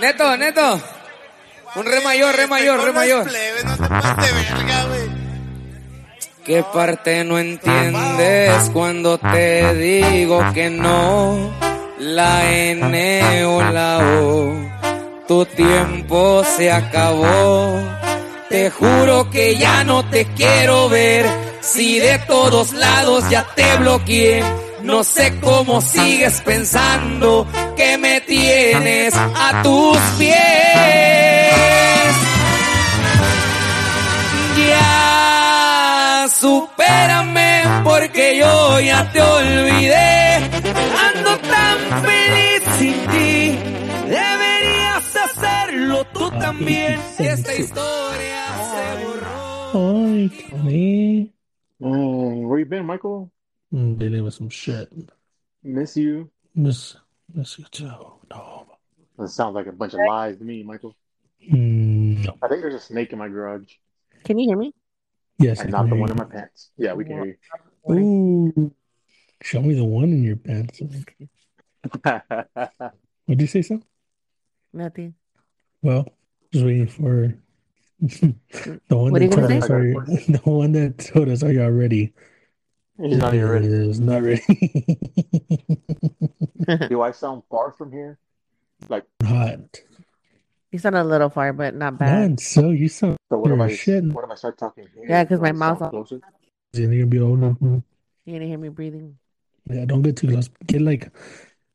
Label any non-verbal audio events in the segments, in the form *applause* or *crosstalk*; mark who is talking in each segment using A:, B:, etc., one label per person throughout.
A: Neto, neto. Un re mayor, re mayor, re mayor.
B: No te pases de verga, güey.
A: ¿Qué parte no entiendes cuando te digo que no? La N o la O, tu tiempo se acabó. Te juro que ya no te quiero ver. Si de todos lados ya te bloqueé, no sé cómo sigues pensando que me tienes a tus pies. Ya supérame porque yo ya te olvidé. Ando tan feliz sin ti. Deberías hacerlo tú también. Esta historia se borró.
C: Ay, Connie.
D: Oh, where you been, Michael?
C: Mm, Dealing with some shit.
D: Miss you.
C: Miss, miss you too. No.
D: That sounds like a bunch of lies to me, Michael.
C: Mm, No.
D: I think there's a snake in my garage.
E: Can you hear me?
C: Yes.
D: And
C: I
D: not the
C: can
D: one
C: hear
D: in my pants. Yeah, we can hear
C: you.
D: you.
C: Ooh. Show me the one in your pants. Would you say so?
E: Nothing.
C: Well, just waiting for *laughs* the one
E: What
C: that
E: are you gonna
C: told
E: say?
C: us are you- *laughs* the one that told us are y'all ready?
D: *laughs* He's not even ready.
C: Is not ready. *laughs*
D: Do I sound far from here?
C: Hot.
E: You sound a little far, but not bad.
C: Man, so you sound
D: So what if
C: You're
D: I
C: shitting.
D: what if I start talking here?
E: Yeah, 'cause
D: Do I
E: my mouth-
D: sound closer.
C: you're gonna be old. now.
E: You didn't hear me breathing.
C: Yeah, don't get too close. Get like,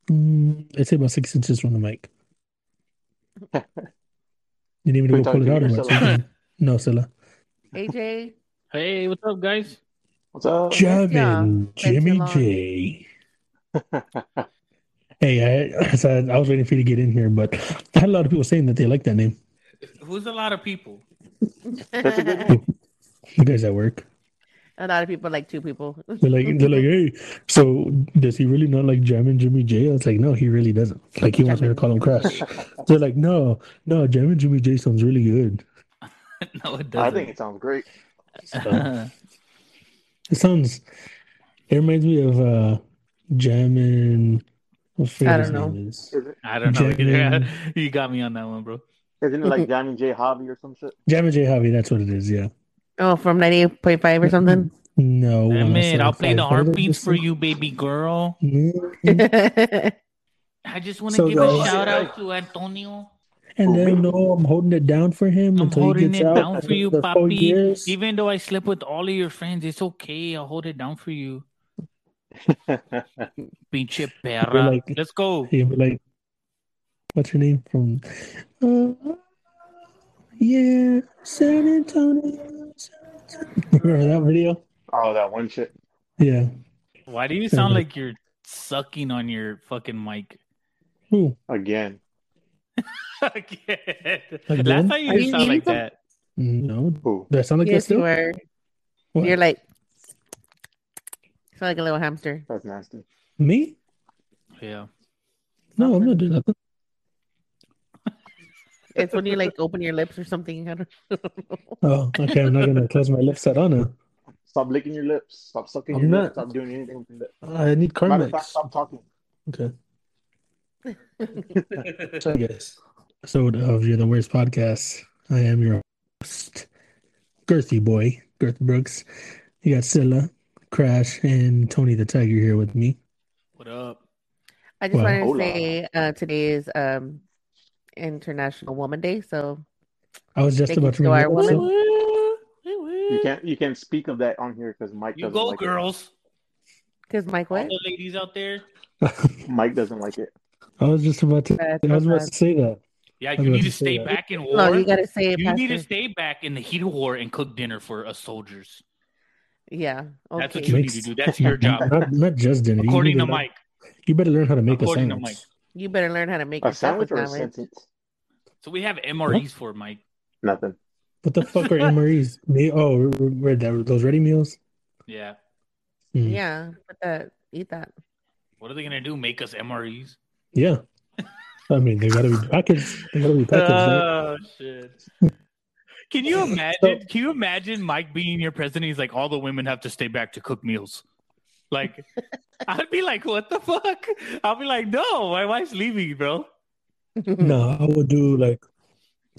C: mm, let's say about six inches from the mic. You didn't even
D: We
C: go pull
D: talking
C: it out
D: to
C: or
D: you or
C: what? something. No, Silla.
F: *laughs*
E: AJ,
F: Hey, what's up, guys?
D: What's up? *laughs*
C: Javin,
E: Thank you,
C: Jimmy
E: Lon.
C: J. Hey, I, *laughs* so I was waiting for you to get in here, but *laughs* I had a lot of people saying that they like that name.
F: Who's a lot of people?
D: That's a good
E: a
D: name.
C: You guys at work,
E: lot of people like two people.
C: they're like, they're like, hey, so does he really not like Javin Jimmy J? I was like, no, he really doesn't. Like he wants me to call him Crash. they're like, no, no, Javin Jimmy J sounds really good.
F: *laughs* No, it
D: I
F: doesn't.
D: think it sounds great.
C: So- It sounds. It reminds me of uh, Jamin. I
E: I don't know.
C: Is.
D: Is it,
F: *laughs* I don't know.
C: Jamin.
F: *laughs* you got me on that one, bro.
D: isn't it
E: *laughs*
D: like Diamond J Hobby or some shit? *laughs*
C: Jamin J Hobby. That's what it is. Yeah.
E: Oh, from 98.5 or something?
C: No.
F: Damn
C: when I
F: it,
C: said
F: I'll play the
C: five hundred
F: heartbeats for
C: percent-
F: you, baby girl.
C: Mm.
E: *laughs*
F: I just want to
C: So
F: give
C: the-
F: a shout out to Antonio.
C: and then no, I'm holding it down for him
F: I'm
C: until he
F: holding
C: gets
F: it
C: out.
F: down
C: after
F: for you,
C: the four
F: papi.
C: years.
F: Even though I slept with all of your friends, it's okay. I'll hold it down for you. Pinche perra.
C: like-
F: Let's go.
C: He'll be like, "What's your name from?" Uh, yeah, San Antonio. San Antonio." *laughs* Remember that video?
D: oh, that one shit.
C: Yeah.
F: Why
C: *laughs*
F: do you sound like you're sucking on your fucking mic? *laughs*
C: Ooh,
D: Again.
F: Again.
C: Again?
F: Last time you
E: Are
F: didn't
E: you
F: sound like
E: eating
F: that.
C: Mm, no,
D: Who?
C: do I sound like that
E: yes,
C: still?
E: you were.
C: What?
E: You're like, you sound like a little hamster.
D: That's nasty.
C: Me?
F: Yeah.
C: No, I'm not doing nothing.
E: It's when you like open your lips or something. I don't, I don't know.
C: Oh, okay. I'm not
E: *laughs*
C: gonna close my lips at Anna.
D: Stop licking your lips. Stop sucking
C: I'm
D: your
C: not-
D: lips. Stop doing anything with your lips.
C: I need
D: Matter of fact,
C: Carmex.
D: stop talking.
C: Okay. so, yes. Episode of You're the Worst Podcast. I am your host, Girthy Boy, Girth Brooks. You got Scylla, Crash, and Tony the Tiger here with me.
F: What up?
E: I just
C: Well,
E: wanted to
D: hola.
E: say uh, today is um, International Woman Day. So
C: I was just
E: Thank you
C: about to
E: to
C: bring
E: our
C: it up,
E: woman.
C: so-
D: You can't you can't speak of that on here because Mike
F: You
D: doesn't
F: go,
D: like
F: girls.
E: Because Mike,
F: All
E: what?
F: the ladies out there.
D: it. Mike doesn't like it.
C: I was just about to.
E: That's
C: I was
E: so
C: about to say that.
F: Yeah,
C: was
F: you need
C: about
F: to
C: to say
F: stay
C: that.
F: back in war.
E: No, you gotta say it,
F: You need to
E: Pastor.
F: stay back in the heat of war and cook dinner for us soldiers.
E: Yeah.
F: That's what
E: Okay.
F: you
C: Makes-
F: need to do. That's your job.
C: Not, not just dinner. You
F: According
C: need
F: to Mike.
C: you better learn how to make a
F: According to
C: sandwich.
F: Mike.
E: You better learn how to make
D: A
E: your
D: sandwich
E: sandwich
D: or a
E: now, right?
D: sentence?
F: So we have MREs for Mike.
D: Nothing.
C: What the fuck are MREs? Me? Oh, re- re- read that. Those ready meals.
F: Yeah.
C: Mm.
E: Yeah. Put that. Eat that.
F: What are they gonna do? Make us MREs?
C: Yeah. I mean, they gotta be packaged. They gotta be packaged. right?
F: Oh shit. Can you imagine? Can you imagine Mike being your president? He's like, all the women have to stay back to cook meals. *laughs* Like, I'd be like, what the fuck? I'll be like, no, my wife's leaving, bro.
C: No, I would do like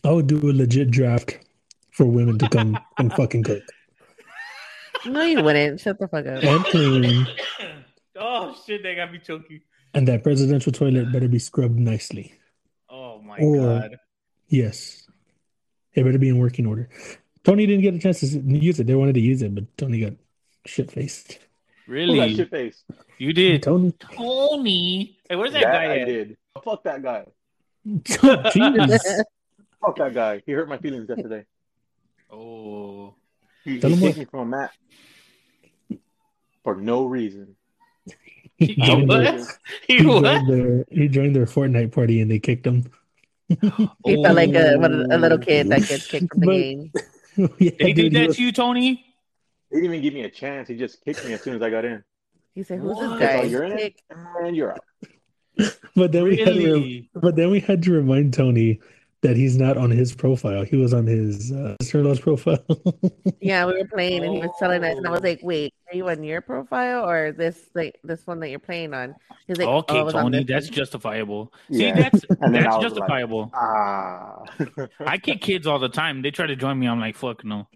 C: I would do a legit draft for women to
F: *laughs*
C: come and fucking cook
E: *laughs* no, you wouldn't. Shut the fuck up.
C: and clean,
F: *coughs* oh shit, they got me choking.
C: and that presidential toilet better be scrubbed nicely.
F: Oh my
C: Or-
F: god.
C: Yes, it better be in working order. Tony didn't get a chance to s- use it. They wanted to use it, but Tony got shit faced.
D: Who got shit
F: Really?
D: face?
F: You did. *laughs*
C: Tony, *laughs*
F: Tony. Hey, where's that,
D: That
F: guy
D: I
F: at?
D: did. Fuck that guy.
C: Jesus,
D: Fuck that guy. He hurt my feelings yesterday.
F: Oh. *laughs*
D: He, he
C: Tell him
D: kicked
C: what.
D: me from a mat for no reason.
F: He
C: I don't
F: what?
D: know.
F: He
C: he
F: what?
C: joined their he joined their Fortnite party and they kicked him.
E: *laughs*
C: *laughs*
E: He felt like a, one of the- a little
F: Oh.
E: kid that gets kicked from the
C: But-
E: game.
C: Yeah,
F: Did he do
C: dude, he
F: that
C: was-
F: to you, Tony?
D: He didn't even give me a chance. He just kicked me as soon as I got in.
E: He said, "Who's this
F: What?
E: guy?"
D: Oh, you're in
E: Kick.
D: it? And you're out.
C: but then we had to rem-
F: Really?
C: but then we had to remind Tony that he's not on his profile. He was on his uh, sister-in-law's profile. *laughs*
E: Yeah, we were playing, and he was telling us, and I was
F: Oh.
E: like, "Wait, are you on your profile or this like this one that you're playing on?" He's like,
F: Okay,
E: "Oh, I was on
F: Tony,
E: this
F: that's
E: one."
F: justifiable.
D: Yeah.
F: See, that's
D: *laughs* And then I
F: that's
D: was like-
F: justifiable. *laughs*
D: Ah.
F: I kick kids all the time. They try to join me. I'm like, fuck
D: *laughs*
F: no. *laughs*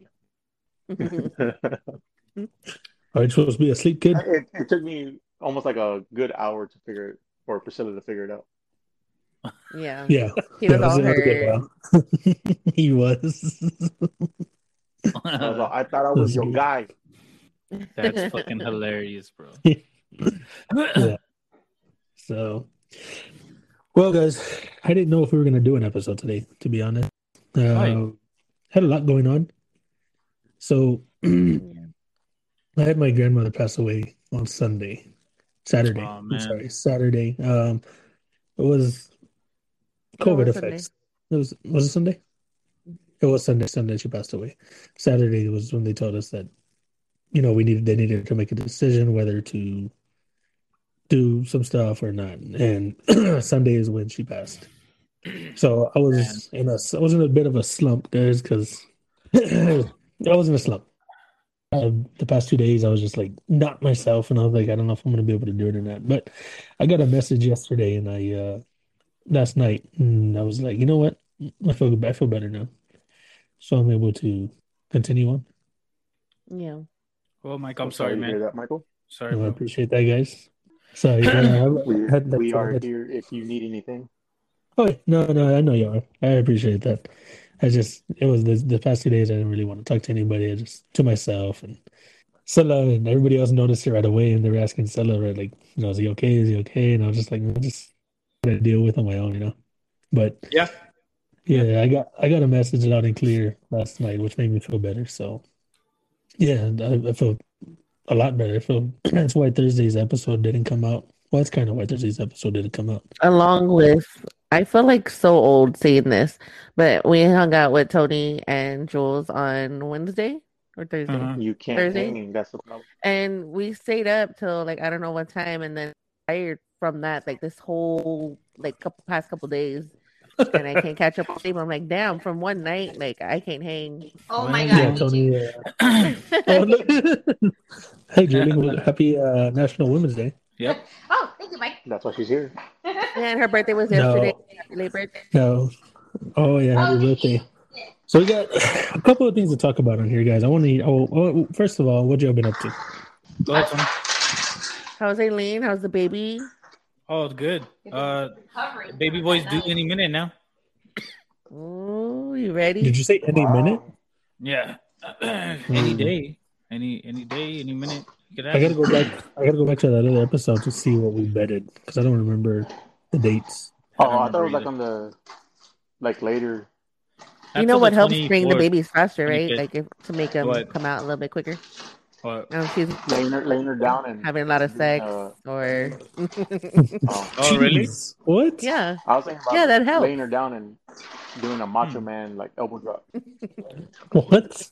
C: Are you supposed to be asleep, kid?
D: it, it took me almost like a good hour to figure it, or Priscilla to figure it out.
E: *laughs*
C: *laughs*
E: yeah.
C: Yeah,
E: He was
C: that
E: all
C: it. Had to get
E: hurt.
C: out. *laughs* he was. *laughs*
D: I, was like, I thought I was your guy.
F: That's fucking
D: *laughs*
F: hilarious, bro.
C: So, well, guys, I didn't know if we were gonna do an episode today. To be honest, uh,
F: Right.
C: had a lot going on. So, *clears throat* I had my grandmother pass away on Sunday, Saturday.
F: Aw,
C: I'm
F: man.
C: sorry, Saturday. Um, it was
E: No, it
C: COVID
E: was Sunday.
C: effects. It was was it Sunday? It was Sunday. Sunday she passed away. Saturday was when they told us that, you know, we needed they needed to make a decision whether to do some stuff or not. And *clears throat* Sunday is when she passed. So I was in a I was in a bit of a slump, guys, because *clears throat* I was in a slump. Uh, the past two days, I was just like not myself, and I was like, I don't know if I'm gonna be able to do it or not. But I got a message yesterday, and I uh last night, and I was like, you know what? I feel I feel better now, so I'm able to continue on.
E: Yeah.
F: *laughs* Oh, Mike, I'm sorry,
D: to hear
F: man.
D: that, Michael.
F: Sorry,
C: So I
F: bro.
C: appreciate that, guys. So
D: *laughs*
C: yeah, I-
D: We,
C: I had that-
D: we are here if you need anything.
C: Oh no, no, I know you are. I appreciate that. I just it was the the past two days I didn't really want to talk to anybody. I just to myself and Sella and everybody else noticed it right away and they were asking Sella right like, you know, is he okay? Is he okay? And I was just like, I just gotta deal with on my own, you know. But
F: Yeah.
C: yeah, I got I got a message loud and clear last night, which made me feel better. So yeah, and I, I feel a lot better. I feel *clears throat* that's why Thursday's episode didn't come out. Well, that's kind of why Thursday's episode didn't come out.
E: Along with, I feel like so old saying this, but we hung out with Tony and Jules on Wednesday or Thursday,
C: Hmm.
F: Uh-huh.
D: You can't
E: Thursday?
D: hang. That's the problem.
E: and we stayed up till like I don't know what time, and then tired from that, like this whole like couple past couple days. and I can't catch up on sleep. I'm like, damn, from one night, like I can't hang. *laughs*
G: Oh my
C: Yeah,
G: god.
C: Tony. uh, Oh, no. hey, Julie, well, happy uh, National Women's Day.
F: Yep.
G: oh, thank you, Mike.
D: That's why she's here.
E: and her birthday was
C: No.
E: yesterday. Happy late birthday.
C: No. Oh, yeah, happy
G: Oh,
C: birthday. So, we got a couple of things to talk about on here, guys. I want to, oh, oh, first of all, what y'all been up to?
F: Go ahead, Tony.
E: How's Aileen? How's the baby?
F: Oh, good. Uh,
G: Covering.
F: baby boy's due any minute now.
E: Ooh, you ready?
C: Did you say any
D: Wow.
C: minute?
F: Yeah. *clears throat* any
D: Hmm.
F: day. Any any day, any minute. It could
C: I gotta
F: happen.
C: go back. I gotta go back to that other episode to see what we betted because I don't remember the dates.
D: Oh,
F: I don't
D: I, thought it was
F: remember
D: like on the like later.
E: You
F: That's
E: know
F: on
E: what
F: the
E: helps bring the
F: 24th.
E: babies faster, right?
F: 25th.
E: Like if, to make them
F: What?
E: come out a little bit quicker.
F: What?
E: Um, she's
D: Laying her, laying her down and
E: having a lot of sex
D: Uh,
E: or
D: oh,
F: Oh, really?
C: Jeez, What?
E: yeah,
D: I was thinking about
E: yeah, that helps.
D: laying her down and doing a macho
C: Hmm.
D: man like elbow drop.
C: What?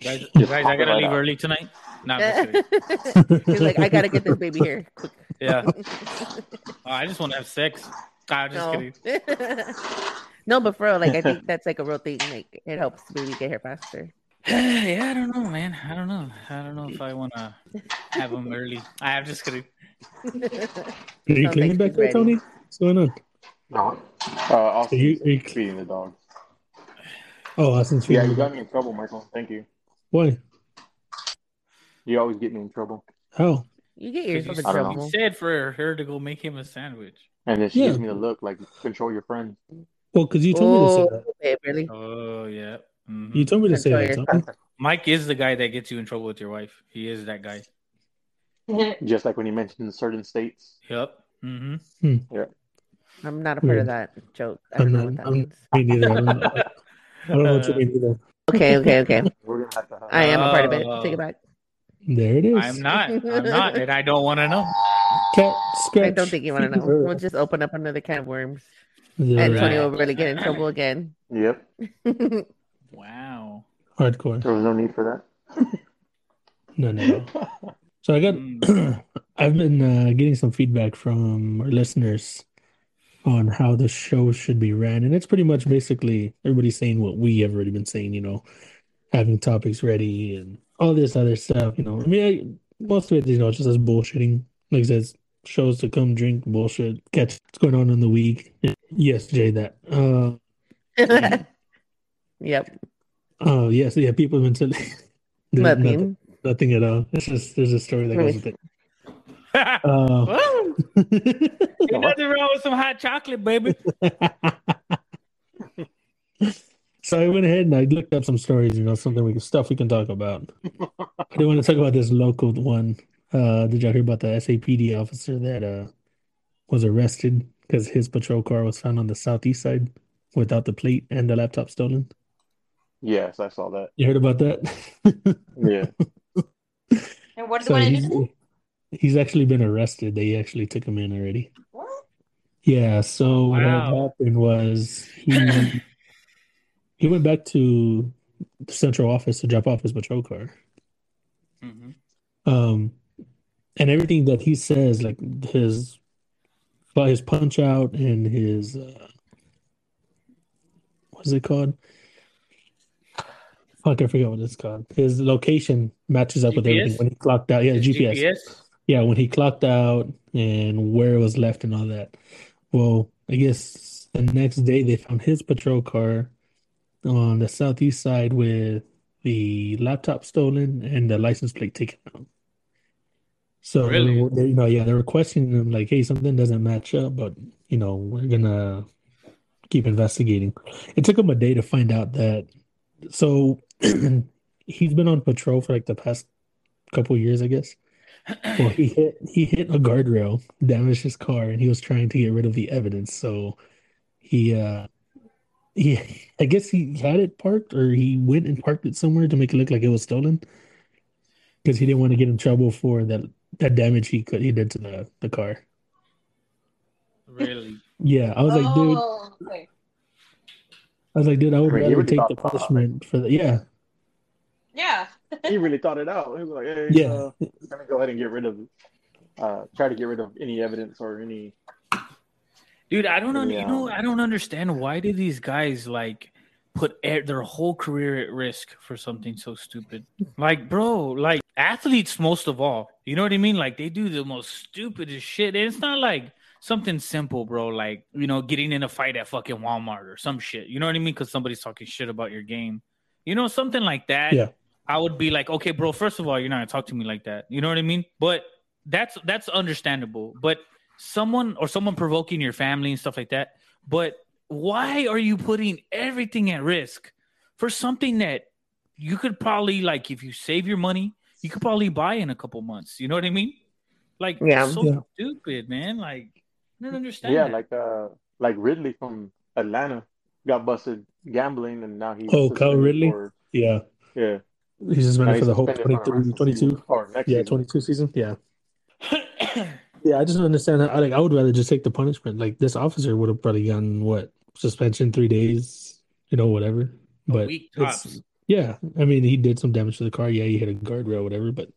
F: Guys,
D: Just
F: guys,
D: pop
F: I
D: it
F: gotta
D: right
F: leave
D: out.
F: early tonight. Not
E: *laughs* she's like, I
C: *laughs*
E: gotta get this baby
F: *laughs*
E: here. Quick.
F: yeah. Oh, I just want to have sex. Ah, just
E: No.
F: kidding. *sighs*
E: *laughs* no, but for real, like I think that's like a real thing. Like it helps the baby get here faster. *laughs*
F: yeah, I don't know, man. I don't know. I don't know if I want to have them early. I'm just kidding.
C: Are you
E: Sounds like
C: cleaning back
E: she's
C: there,
E: ready.
C: Tony? What's going on?
B: No.
D: Uh, also,
C: you- you-
D: feeding the dog.
C: Oh, Austin's
D: Yeah,
C: feeding.
D: you got me in trouble, Michael. Thank you.
C: Why?
D: You always get me in trouble.
C: How?
E: You get
F: Because
E: yourself
F: you
E: in
D: I don't know.
E: trouble.
F: said for her to go make him a sandwich.
D: And then she
C: Yeah.
D: gives me the look like, control your friend.
C: Well, because you told me to say that.
E: Oh, babe, really?
F: Oh yeah. Mhm.
C: You told me to say that.
E: Control
C: Tommy.
F: Mike is the guy that gets you in trouble with your wife. He is that guy.
D: Just like when you mentioned certain states.
F: Yep. Mm-hmm.
E: I'm not a part
C: Yeah.
E: of that joke. I don't
C: I'm
E: know
C: not-
E: what that
C: I'm-
E: means.
C: Me neither. I don't know,
F: *laughs*
C: I don't know
F: Uh,
C: what you mean either.
E: Okay,
C: *laughs*
E: okay, okay.
D: We're gonna have to have
E: I am a part of it.
F: Oh.
E: Take it back.
C: There it is.
F: Uh, I'm not. I'm not, and I don't want to know.
C: Cat scratch.
E: I don't think you want to know. We'll just open up another can of worms.
C: Yeah,
E: And
C: right.
E: Tony will really get in trouble again. *laughs*
D: Yep.
F: Wow.
C: Hardcore.
D: There was no need for
C: No, no, no. *laughs* So I got
F: Mm.
C: *clears throat* I've been uh, getting some feedback from our listeners on how the show should be ran, and it's pretty much basically everybody saying what we have already been saying, you know, having topics ready and all this other stuff, you know. I mean, I, most of it, you know, just us bullshitting, like it says shows to come drink bullshit, catch what's going on in the week. Yes, Jay, that. Uh,
E: Mm-hmm. yep.
C: oh, yes, yeah. People have been telling *laughs*
E: Nothing.
C: nothing at all. It's just there's a story that goes with it.
F: *laughs*
C: Uh,
F: Woo!
C: *laughs*
F: Ain't nothing wrong with some hot chocolate, baby.
C: so I went ahead and I looked up some stories, you know, something we can stuff we can talk about. I do want to talk about this local one. Uh, did y'all hear about the SAPD officer that uh was arrested because his patrol car was found on the southeast side without the plate and the laptop stolen?
D: Yes, I saw that.
C: You heard about that? *laughs*
D: Yeah.
G: And what do
C: So
G: want to
C: he's,
G: do? to them?
C: he's actually been arrested. They actually took him in already.
G: What?
C: Yeah, so what had
F: Wow.
C: happened was he he went back to the central office to drop off his patrol car.
F: Mhm.
C: Um, and everything that he says, like his well, his punch out and his uh, what's it called? Fuck, I forget what it's called. His location matches up with everything
F: GPS?
C: when he clocked out. Yeah,
F: Is
C: GPS. Yeah, when he clocked out and where it was left and all that. Well, I guess the next day they found his patrol car on the southeast side with the laptop stolen and the license plate taken out. So they
F: Really?
C: were- they, you know, yeah, they were questioning him like, "Hey, something doesn't match up, but you know, we're gonna keep investigating." It took him a day to find out that. So *clears throat* he's been on patrol for like the past couple years, I guess. Well, he hit he hit a guardrail, damaged his car, and he was trying to get rid of the evidence. So he uh he *laughs* I guess he had it parked or he went and parked it somewhere to make it look like it was stolen. Because he didn't want to get in trouble for that that damage he could he did to the, the car.
F: Really?
C: Yeah, I was like, dude, I
G: oh, okay.
C: was like, dude, I would
D: I mean, he
C: rather
D: really
C: take
D: thought
C: the
D: about it.
C: punishment for the yeah,
G: Yeah.
D: *laughs* he really thought it out. He was like, hey,
C: Yeah.
D: uh, let me go ahead and get rid of, uh, try to get rid of any evidence or any.
F: Dude, I don't know. You
D: Yeah.
F: know, I don't understand why do these guys like put e- their whole career at risk for something so stupid? Like, bro, like athletes most of all. You know what I mean? Like they do the most stupidest shit. And it's not like something simple, bro. Like, you know, getting in a fight at fucking Walmart or some shit. You know what I mean? Because somebody's talking shit about your game. You know, something like that.
C: Yeah.
F: I would be like, okay, bro, first of all, you're not gonna talk to me like that. You know what I mean? But that's that's understandable. But someone or someone provoking your family and stuff like that. But why are you putting everything at risk for something that you could probably like if you save your money, you could probably buy in a couple months. You know what I mean? Like
E: Yeah.
F: so
C: Yeah.
F: stupid, man. Like I don't understand.
D: Yeah,
F: that.
D: like uh, like Ridley from Atlanta got busted gambling and now he's.
C: Oh, Kyle
D: suspended
C: Ridley?
D: for-
C: yeah.
D: yeah.
C: He's just
D: now
C: meant
D: he's
C: for the whole
D: suspended for the
C: 23,
D: rest of the season.
C: 22.
D: Or next
C: Yeah,
D: season.
C: 22 season. Yeah. Yeah, I just don't understand that. I like I would rather just take the punishment. Like this officer would have probably gotten what suspension, three days, you know, whatever. But
F: week
C: it's-
F: tops.
C: yeah, I mean, he did some damage to the car. Yeah, he hit a guardrail, whatever. But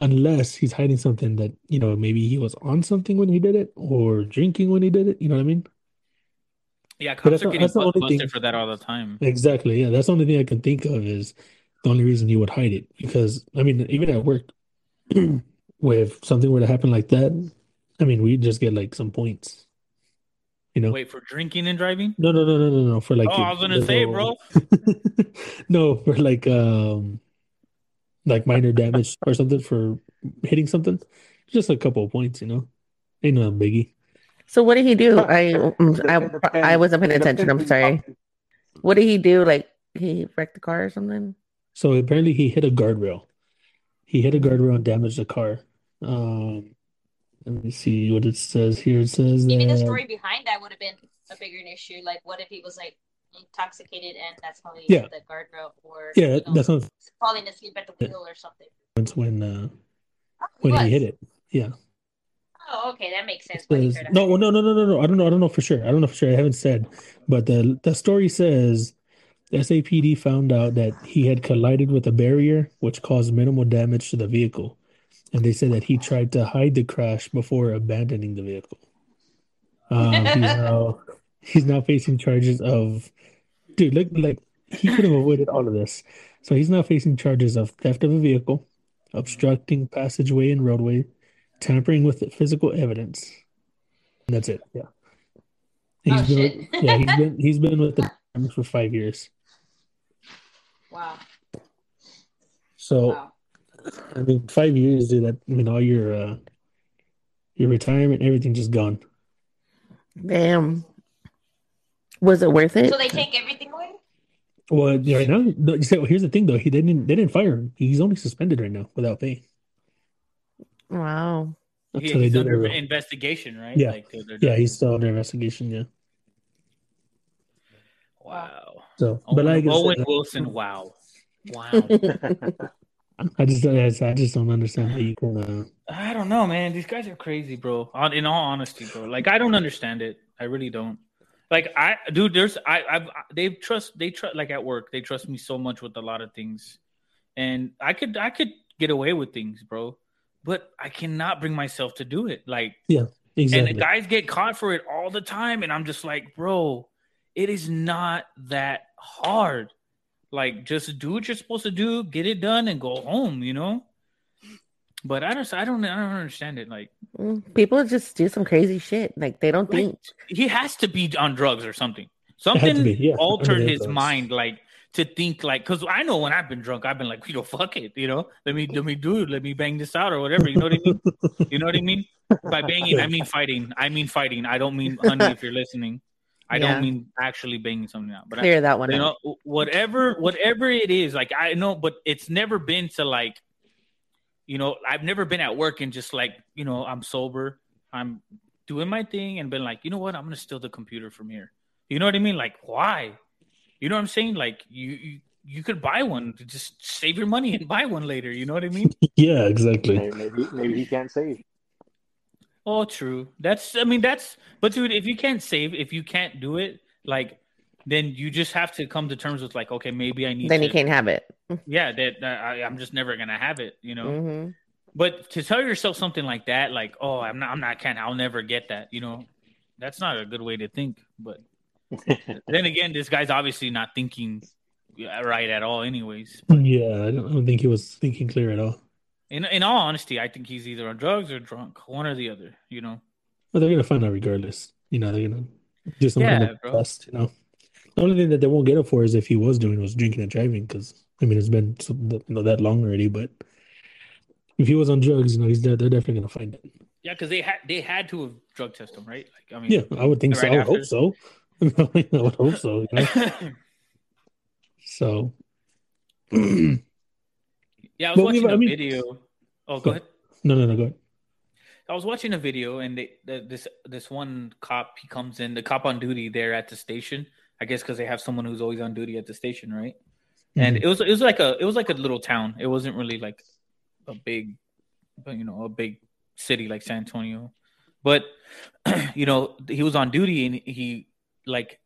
C: unless he's hiding something that you know, maybe he was on something when he did it, or drinking when he did it. You know what I mean?
F: *coughs* yeah, cops
C: that's
F: are
C: the-
F: getting
C: that's the
F: bu-
C: only
F: busted
C: thing-
F: for that all the time.
C: Exactly. Yeah, that's the only thing I can think of is the only reason you would hide it because I mean, even at work, *clears throat* if something were to happen like that, I mean, we'd just get like some points. You know,
F: Wait for drinking and driving.
C: no, no, no, no, no, no. For like,
F: oh,
C: your
F: I was gonna say, bro.
C: little- *laughs* no, for like, um, like minor damage or something for hitting something. Just a couple of points, you know. Ain't nothing biggie.
E: So what did he do? I mm, I I wasn't paying attention. I'm sorry. What did he do? Like he wrecked the car or something?
C: So apparently he hit a guardrail. He hit a guardrail and damaged the car. Um, let me see what it says here. It says
G: Even the
C: that
G: story behind that would have been a bigger issue. Like, what if he was like intoxicated and that's how he
C: Yeah.
G: hit the guardrail or
C: yeah,
G: you know,
C: that's not
G: falling asleep at the wheel or something?
C: when uh,
G: Oh,
C: when he
G: was.
C: hit it. Yeah.
G: Oh, okay, that makes sense. Why he
C: says
G: tried to
C: no,
G: hide
C: well, no, no, no, no, no. I don't know. I don't know for sure. I don't know for sure. I haven't said, but the the story says the SAPD found out that he had collided with a barrier, which caused minimal damage to the vehicle, and they said that he tried to hide the crash before abandoning the vehicle. Um, he's now he's now facing charges of, dude, look like he could have avoided all of this. So he's now facing charges of theft of a vehicle, obstructing passageway and roadway, tampering with physical evidence. And that's it. Yeah.
G: Oh,
C: He's been,
G: shit.
C: yeah, he's been he's been with the department for five years.
G: Wow.
C: So
G: Wow.
C: I mean, five years, dude. That I mean, all your uh, your retirement, everything just gone.
E: Damn. Was it worth it?
G: So they take everything away?
C: Well, yeah, right now, no, you said, well, here's the thing, though. He they didn't they didn't fire him. He's only suspended right now without pay
E: Wow.
F: He-
C: until they
F: he's
C: do
F: under
C: their-
F: investigation, right?
C: Yeah.
F: Like, they're- they're
C: Yeah,
F: done.
C: he's still under investigation. Yeah.
F: wow.
C: So,
G: Oh,
C: but
F: Owen,
C: like I,
F: Owen
C: said, uh,
F: Wilson, wow, wow.
E: *laughs*
C: I just I just, I just don't understand how you can. Uh,
F: I don't know, man. These guys are crazy, bro. On in all honesty, bro. Like I don't understand it. I really don't. Like I, dude. There's I. I've they trust they trust like at work they trust me so much with a lot of things, and I could I could get away with things, bro. But I cannot bring myself to do it. Like
C: exactly.
F: and the guys get caught for it all the time. And I'm just like, bro, it is not that hard. Like, just do what you're supposed to do, get it done, and go home. You know. But I don't, I don't, I don't understand it. Like,
E: Mm, People just do some crazy shit. Like they don't
F: Like-
E: think.
F: he has to be on drugs or something.
C: to
F: Something
C: be, yeah,
F: altered
C: under the
F: his
C: influence.
F: mind, like to think like. Because I know when I've been drunk, I've been like, you know, fuck it, you know, let me let me do it, let me bang this out or whatever. You know what I mean? You know what I mean? By banging, I mean fighting. I mean fighting. I don't mean honey. If you're listening, I
E: Yeah.
F: don't mean actually banging something out. But I,
E: Clear that one
F: you
E: out.
F: know, whatever whatever it is, like I know, but it's never been to like, you know, I've never been at work and just like, you know, I'm sober, I'm doing my thing, and been like, you know what, I'm gonna steal the computer from here. You know what I mean? Like, why? You know what I'm saying? Like, you you, you could buy one, just save your money and buy one later. You know what I mean?
C: *laughs* yeah, exactly.
D: Maybe, maybe, maybe he can't *laughs* save.
F: Oh, true. That's, I mean, that's, but dude, if you can't save, if you can't do it, like, then you just have to come to terms with, like, okay, maybe I need
E: Then
F: to,
E: you can't have it.
F: yeah, that, that I, I'm just never going to have it, you know?
E: hmm
F: But to tell yourself something like that, like, oh, I'm not, I'm not, can't, I'll never get that, you know? That's not a good way to think. But then again, this guy's obviously not thinking right at all, anyways.
C: *laughs* Yeah, I don't, I don't think he was thinking clear at all.
F: In, in all honesty, I think he's either on drugs or drunk, one or the other, you know?
C: But they're gonna find out regardless. You know, they're gonna do some kind
F: Yeah,
C: of
F: bro.
C: test. You know, the only thing that they won't get him for is if he was doing was drinking and driving. Because I mean, it's been so- you know that long already. But if he was on drugs, you know, he's de- they're definitely gonna find it.
F: Yeah, because they had they had to have drug test him, right? Like, I mean,
C: Yeah, I would think so. I
F: Right
C: would
F: after.
C: hope so. I, mean, *laughs* I would hope so. You
F: *laughs*
C: know? So *clears throat* no,
F: yeah, I was
C: But we've-
F: watching
C: I
F: a
C: mean-
F: video. Oh, go
C: Go.
F: ahead.
C: no, no. Go ahead.
F: I was watching a video, and they, the, this this one cop he comes in, the cop on duty there at the station. I guess because they have someone who's always on duty at the station, right? And it was it was like a it was like a little town. It wasn't really like a big, but you know, a big city like San Antonio. But *clears throat* you know, he was on duty, and he like,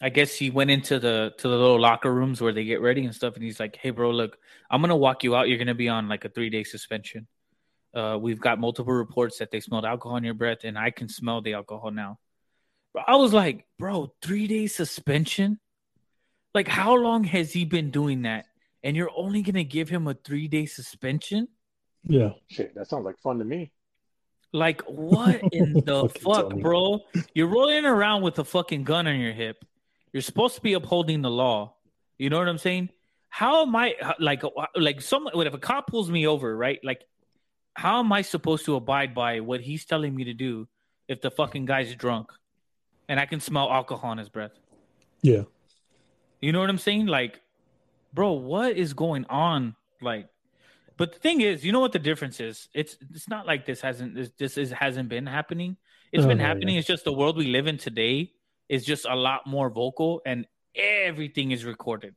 F: I guess he went into the to the little locker rooms where they get ready and stuff, and he's like, "Hey, bro, look, I'm gonna walk you out. You're gonna be on like a three day suspension. Uh, we've got multiple reports that they smelled alcohol in your breath, and I can smell the alcohol now. But I was like, bro, three day suspension? Like, how long has he been doing that? And you're only gonna give him a three day suspension?
C: Mm-hmm. yeah,
D: Shit, that sounds like fun to me.
F: Like what in the
C: Fucking
F: fuck,
C: Tony.
F: bro? You're rolling around with a fucking gun on your hip. You're supposed to be upholding the law. You know what I'm saying? How am I like like some what if a cop pulls me over, right? Like how am I supposed to abide by what he's telling me to do if the fucking guy's drunk and I can smell alcohol in his breath?
C: Yeah.
F: You know what I'm saying? Like, bro, what is going on? Like, but the thing is, you know what the difference is? It's it's not like this hasn't this, this is hasn't been happening. It's
C: Oh,
F: been
C: no,
F: happening. It's just the world we live in today is just a lot more vocal and everything is recorded.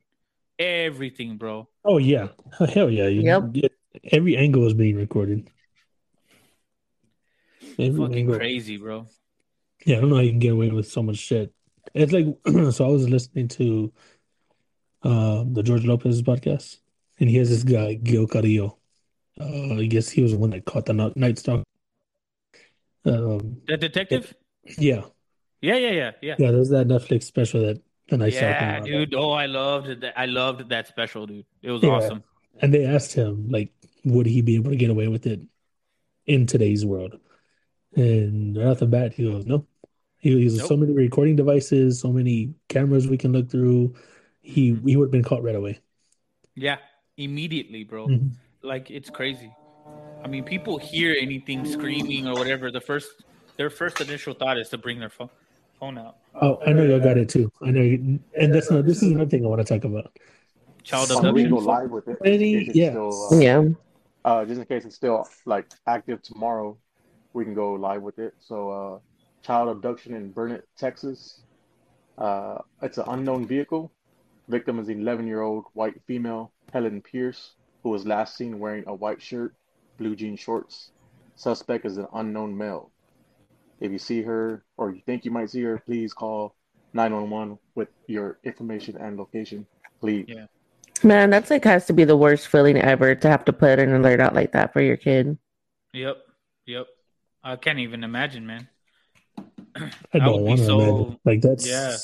F: Everything, bro.
C: Oh yeah. Hell yeah. You-
E: Yep.
C: yeah, Every angle is being recorded. Every
F: Fucking
C: angle.
F: crazy, bro.
C: Yeah, I don't know how you can get away with so much shit. It's like *clears throat* so I was listening to uh the George Lopez podcast and he has this guy, Gil Carrillo. Uh I guess he was the one that caught the Ni- night stalk. Um
F: The detective?
C: yeah.
F: Yeah, yeah, yeah, yeah.
C: Yeah, there's that Netflix special that the night stalk came
F: Yeah,
C: out.
F: dude. Oh, I loved that. I loved that special, dude. It was
C: Yeah.
F: awesome.
C: And they asked him, like, would he be able to get away with it in today's world? And right off the bat, he goes, no. He he uses so many recording devices, so many cameras we can look through. He
F: Mm-hmm.
C: he would have been caught right away.
F: Yeah, immediately, bro.
C: Mhm.
F: Like it's crazy. I mean, people hear anything screaming or whatever. The first, their first initial thought is to bring their phone phone out.
C: Oh, I know y'all got it too. I know, you, and that's not. This is another thing I want to talk about.
F: Child
D: I'm ready to
F: abduction.
D: go live with it.
C: Any-
D: in case it's
C: yeah.
D: still, uh,
E: Yeah.
D: uh, just in case it's still like active tomorrow, we can go live with it. So, uh, child abduction in Burnett, Texas. Uh, it's an unknown vehicle. Victim is the 11-year-old white female Helen Pierce, who was last seen wearing a white shirt, blue jean shorts. Suspect is an unknown male. If you see her or you think you might see her, please call 911 with your information and location, please.
F: Yeah.
E: Man, that's like has to be the worst feeling ever to have to put an alert out like that for your kid.
F: Yep, yep. I can't even imagine, man.
C: I
F: I
C: don't
F: would be
C: want to
F: so-
C: imagine. Like that's
F: Yeah.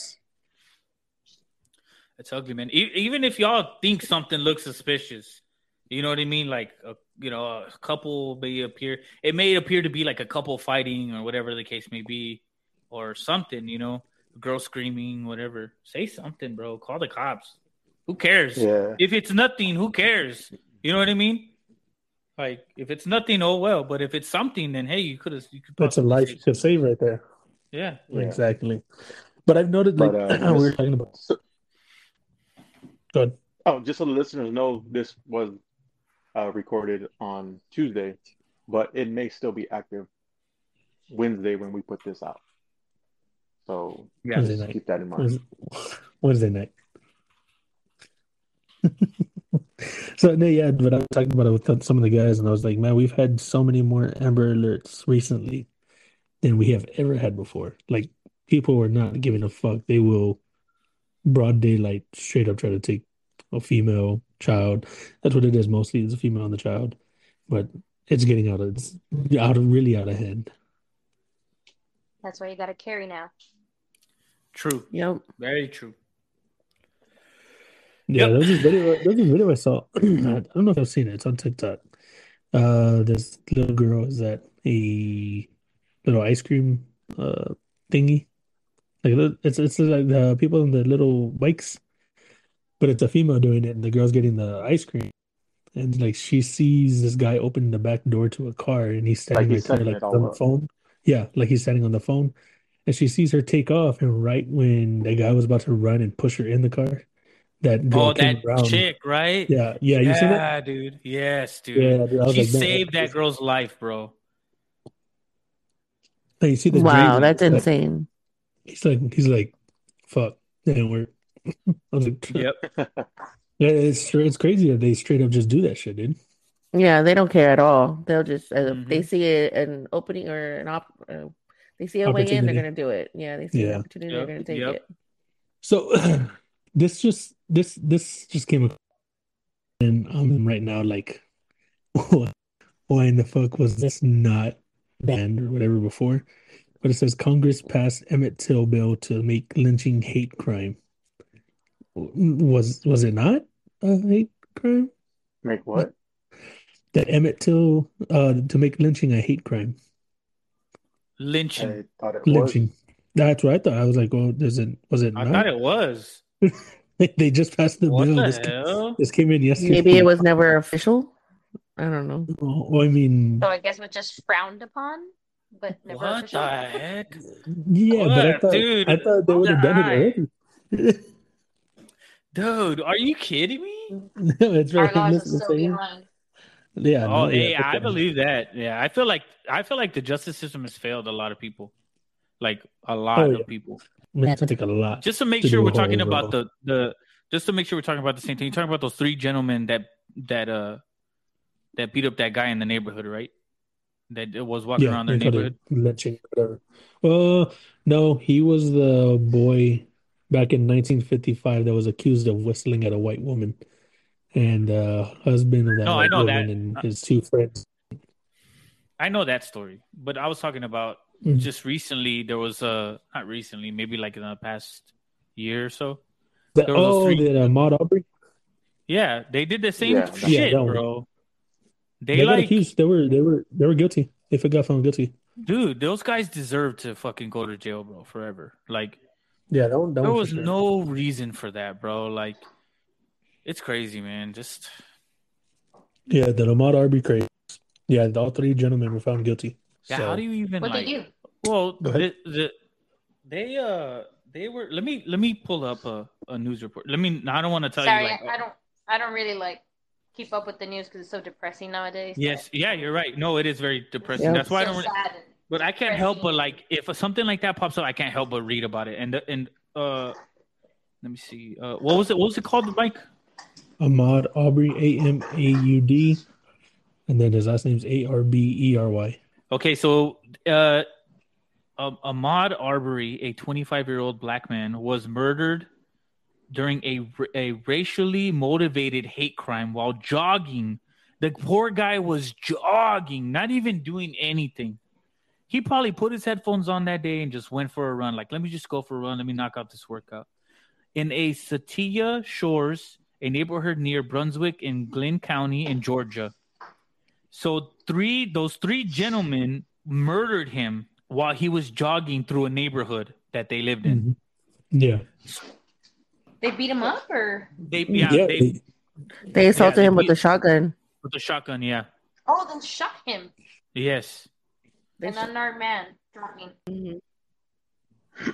F: It's ugly, man. E- even if y'all think something looks suspicious, you know what I mean? Like, a, you know, a couple may appear. It may appear to be like a couple fighting or whatever the case may be, or something. You know, girl screaming, whatever. Say something, bro. Call the cops. Who cares?
D: Yeah.
F: If it's nothing, who cares? You know what I mean? Like, if it's nothing, oh well. But if it's something, then hey, you could have. You could
C: that's a
F: possibly
C: life
F: save
C: you could save right there.
F: some- Yeah.
D: Yeah.
C: Exactly. But I've noted like
D: But,
C: *clears throat*
D: uh,
C: we were
D: this-
C: talking about.
D: So,
C: Good.
D: Oh, just so the listeners know, this was uh, recorded on Tuesday, but it may still be active Wednesday when we put this out. So
F: Yeah.
D: just
C: Wednesday night.
D: keep that in mind.
C: Wednes- Wednesday night. *laughs* so no, yeah, but I was talking about it with some of the guys, and I was like, man, we've had so many more Amber Alerts recently than we have ever had before. Like people were not giving a fuck. They will broad daylight straight up try to take a female child. That's what it is mostly. It's a female and the child, but it's getting out of it's out of really out of hand.
G: That's why you gotta carry now.
F: True.
E: Yep.
F: Very true.
C: Yeah,
F: Yep.
C: there was this video. There was this video I saw. *clears throat* I don't know if I've seen it. It's on TikTok. Uh, this little girl is at a little ice cream uh thingy. Like a little- it's it's like the people on the little bikes, but it's a female doing it, and the girl's getting the ice cream, and like she sees this guy open the back door to a car, and he's standing
D: Like he's
C: right there,
D: setting
C: like
D: it all
C: on the
D: up.
C: phone. Yeah, like he's standing on the phone, and she sees her take off, and right when the guy was about to run and push her in the car, that girl
F: Oh,
C: came
F: that
C: around.
F: chick, right?
C: Yeah, yeah, you seen it?
F: Yeah, dude. Yes, dude.
C: Yeah, dude, I was
F: she
C: like, man,
F: saved that girl's life, bro.
C: Like, you see the
E: Wow,
C: drain,
E: that's
C: like,
E: insane.
C: he's like, he's like, fuck, *laughs* that didn't work. I was like,
F: *laughs* Yep.
C: *laughs* yeah, it's true. It's crazy that they straight up just do that shit, dude.
E: Yeah, they don't care at all. They'll just uh,
C: Mm-hmm.
E: if they
F: Mhm.
E: see a, an opening or an op, uh, they see a way in, they're
C: Opportunity.
E: gonna do it. Yeah, they see
C: Yeah.
E: an opportunity,
F: Yep,
E: they're gonna take
F: yep.
E: it.
C: So *clears throat* this just this this just came across, and I'm right now like, *laughs* what? Why in the fuck was this not banned or whatever before? But it says Congress passed Emmett Till bill to make lynching hate crime. Was was it not a hate crime?
D: *laughs* Make what?
C: That Emmett Till uh, to make lynching a hate crime.
F: lynching.
D: I thought it was.
C: Lynching. That's what I thought. I was like, "Oh, does it? Was it
F: I
C: not? *laughs*
F: thought it was.
C: they just passed the
F: What
C: bill.
F: the
C: This,
F: hell?
C: this came in yesterday. *laughs*
E: Maybe it was never official. I don't know.
C: Oh, I mean,
G: So I guess was just frowned upon, but never
F: What
G: official.
F: the heck?
C: yeah, but I
F: What,
C: thought
F: dude?
C: I thought they would have done it *laughs* already.
F: Dude, are you kidding me?
C: no, it's
G: Our
C: very
G: laws
C: it's
G: are
C: the
G: so
C: same.
G: behind.
C: Yeah.
F: Oh,
C: no,
F: hey,
C: yeah,
F: I
C: okay.
F: believe that. Yeah, I feel like I feel like the justice system has failed a lot of people, like a lot
C: Oh,
F: of
C: yeah.
F: people.
C: Man, it's gonna take a lot.
F: Just to make
C: To
F: sure
C: do
F: we're
C: a whole
F: talking about
C: row.
F: the the just to make sure we're talking about the same thing. You're talking about those three gentlemen that that uh that beat up that guy in the neighborhood, right? That was walking around their
C: they called it
F: neighborhood.
C: lynching, whatever. Well, no, he was the boy back in 1955 that was accused of whistling at a white woman, and uh, husband of that
F: No, I
C: white
F: know
C: woman
F: that.
C: and
F: Uh,
C: his two friends.
F: I know that story, but I was talking about
C: Mhm.
F: just recently. There was uh not recently, maybe like in the past year or so.
C: That,
F: there were those
C: oh,
F: three-
C: that uh, Maude Aubrey.
F: Yeah, they did the same
D: Yeah, that-
F: shit,
C: Yeah, that one.
F: bro. They,
C: They, got
F: like,
C: accused. They were they were they were guilty. They got found guilty.
F: dude, those guys deserve to fucking go to jail, bro, forever. Like,
C: Yeah, that one. That one
F: there
C: Oh, for
F: was
C: sure.
F: no reason for that, bro. Like, it's crazy, man. Just
C: Yeah, the Ahmad Arbery craze. Yeah, all three gentlemen were found guilty.
F: yeah,
C: So-
F: how do you even
G: What
F: like?
G: they do?
F: Well,
C: Go ahead.
F: the, the, they uh they were. Let me let me pull up a, a news report. Let me. I don't want to tell
G: Sorry,
F: you. Like,
G: I don't. I don't really like keep up with the news because it's so depressing nowadays.
F: Yes, yeah, you're right. No, it is very depressing.
E: Yeah.
F: That's why I
G: So
F: don't.
G: sad.
F: But I can't help but like if something like that pops up, I can't help but read about it. And and uh, let me see. Uh, what was it? What was it called, Mike?
C: Ahmad Aubrey, A M A U D, and then his last name's A R B E R Y.
F: Okay, so uh, um, Ahmad Arbery, a 25 year old black man, was murdered during a r- a racially motivated hate crime while jogging. The poor guy was jogging, not even doing anything. He probably put his headphones on that day and just went for a run. Like, let me just go for a run. Let me knock out this workout. In a Satya Shores, a neighborhood near Brunswick in Glynn County in Georgia. So three those three gentlemen murdered him while he was jogging through a neighborhood that they lived in.
C: Mhm. Yeah.
G: They beat him up, or
F: They yeah, they
C: they-
E: They assaulted him with
F: he-
E: a shotgun.
F: with a shotgun, yeah.
G: oh, they shot him.
F: Yes.
E: They
G: An
E: shot-
G: unarmed man jogging.
C: Mm-hmm.
E: Mhm.
G: *clears throat*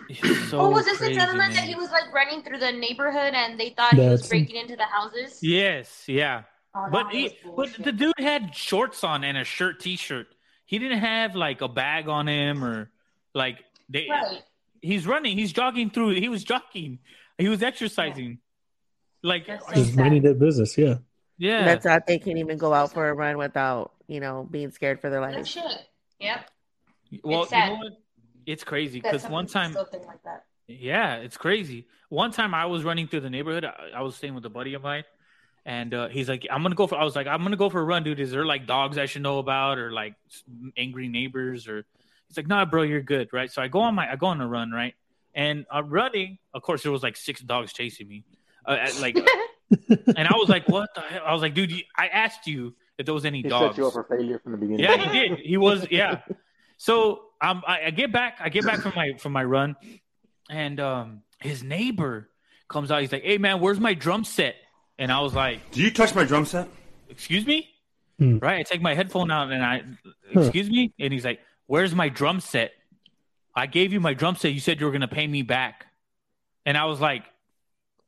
F: So
G: oh, was this
F: crazy,
G: the gentleman
F: man.
G: that he was like running through the neighborhood and they thought he
C: That's-
G: was breaking into the houses?
F: Yes, yeah.
G: Oh, that
F: But
G: was
F: he, but
G: bullshit.
F: the dude had shorts on and a shirt t-shirt. He didn't have like a bag on him or like they
G: right.
F: he's running, he's jogging through. He was jogging. He was exercising. Like
G: That's so
C: Just minding their business.
F: *laughs*
C: Yeah.
F: yeah.
E: That's how they can even go out for a run without, you know, being scared for their
G: No
E: lives.
G: shit. Yep.
F: Well, you
G: sad.
F: know what? It's crazy
G: that
F: because one
G: somebody
F: time,
G: still think like that.
F: yeah, it's crazy. One time I was running through the neighborhood. I, I was staying with a buddy of mine, and uh, he's like, "I'm gonna go for." I was like, "I'm gonna go for a run, dude. Is there like dogs I should know about, or like s- angry neighbors, or?" He's like, "Nah, bro, you're good, right?" So I go on my, I go on a run, right? And I'm running. Of course, there was like six dogs chasing me, uh, at, like, and I was like, "What the hell?" I was like, "Dude, you, I asked you if there was any
D: He
F: dogs."
D: set you up for failure from the beginning.
F: Yeah, he did. He was. Yeah. So um, I, I get back. I get back from my from my run, and um, his neighbor comes out. He's like, "Hey, man, where's my drum set?" And I was like,
H: Did you touch my drum set?
F: "Excuse me."
C: Hmm.
F: Right. I take my headphone out and I,
C: Huh.
F: "Excuse me," and he's like, "Where's my drum set?" I gave you my drum set. You said you were gonna pay me back, and I was like,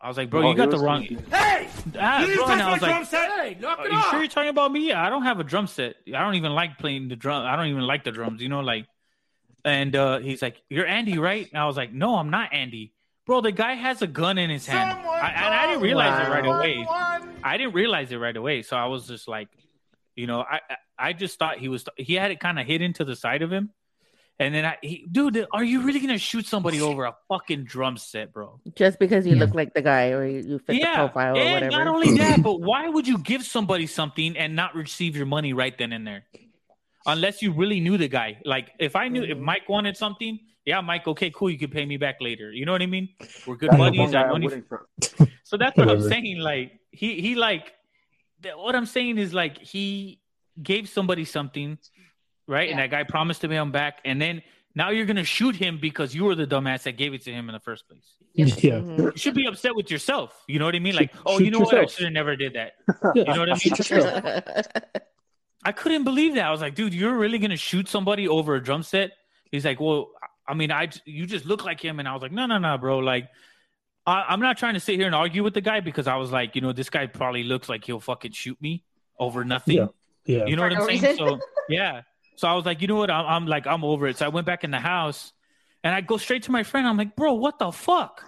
F: "I was like, bro,
D: Oh,
F: you got
D: he
F: the
D: was
F: wrong."
D: confused.
H: Hey!
F: Ah,
H: Did you
F: bro,
H: touch
F: and I
H: my
F: was like,
H: drum set? Hey, knock
F: are you sure you're talking about me? I don't have a drum set. I don't even like playing the drum. I don't even like the drums, you know, like and uh he's like, You're Andy, right? And I was like, No, I'm not Andy. Bro, the guy has a gun in his hand. I, and I didn't realize it right
E: Wow.
F: away. I didn't realize it right away. So I was just like, you know, I I- I just thought he was he had it kind of hidden to the side of him. And then I he, dude, are you really gonna shoot somebody over a fucking drum set, bro?
E: Just because you
C: Yeah.
E: look like the guy or you, you fit the profile or
F: and
E: whatever.
F: not only that, but why would you give somebody something and not receive your money right then and there? Unless you really knew the guy. Like if I knew if Mike wanted something, yeah, Mike, okay, cool, you can pay me back later. You know what I mean? We're good
D: That's the one
F: buddies.
D: guy
F: I
D: I
F: know you-
D: wouldn't trust.
F: So that's what I'm
C: Whatever.
F: saying. Like he he like th- what I'm saying is like he gave somebody something, right? And
G: Yeah.
F: that guy promised to pay him back, and then Now you're gonna shoot him because you were the dumbass that gave it to him in the first place.
C: Yeah.
E: Mhm.
F: You should be upset with yourself. You know what I mean? Like,
C: Shoot-
F: oh,
C: shoot
F: you know what? I
C: yourself.
F: should have never did that.
C: Yeah.
F: You know what I mean? I couldn't believe that. I was like, dude, you're really gonna shoot somebody over a drum set? He's like, well, I mean, I you just look like him, and I was like, no, no, no, bro. Like, I, I'm not trying to sit here and argue with the guy because I was like, you know, this guy probably looks like he'll fucking shoot me over nothing.
C: Yeah. Yeah.
F: You know
G: For
F: what I'm
G: no
F: saying?
G: reason.
F: So yeah. So I was like, you know what? I'm, I'm like, I'm over it. So I went back in the house, and I go straight to my friend. I'm like, bro, what the fuck?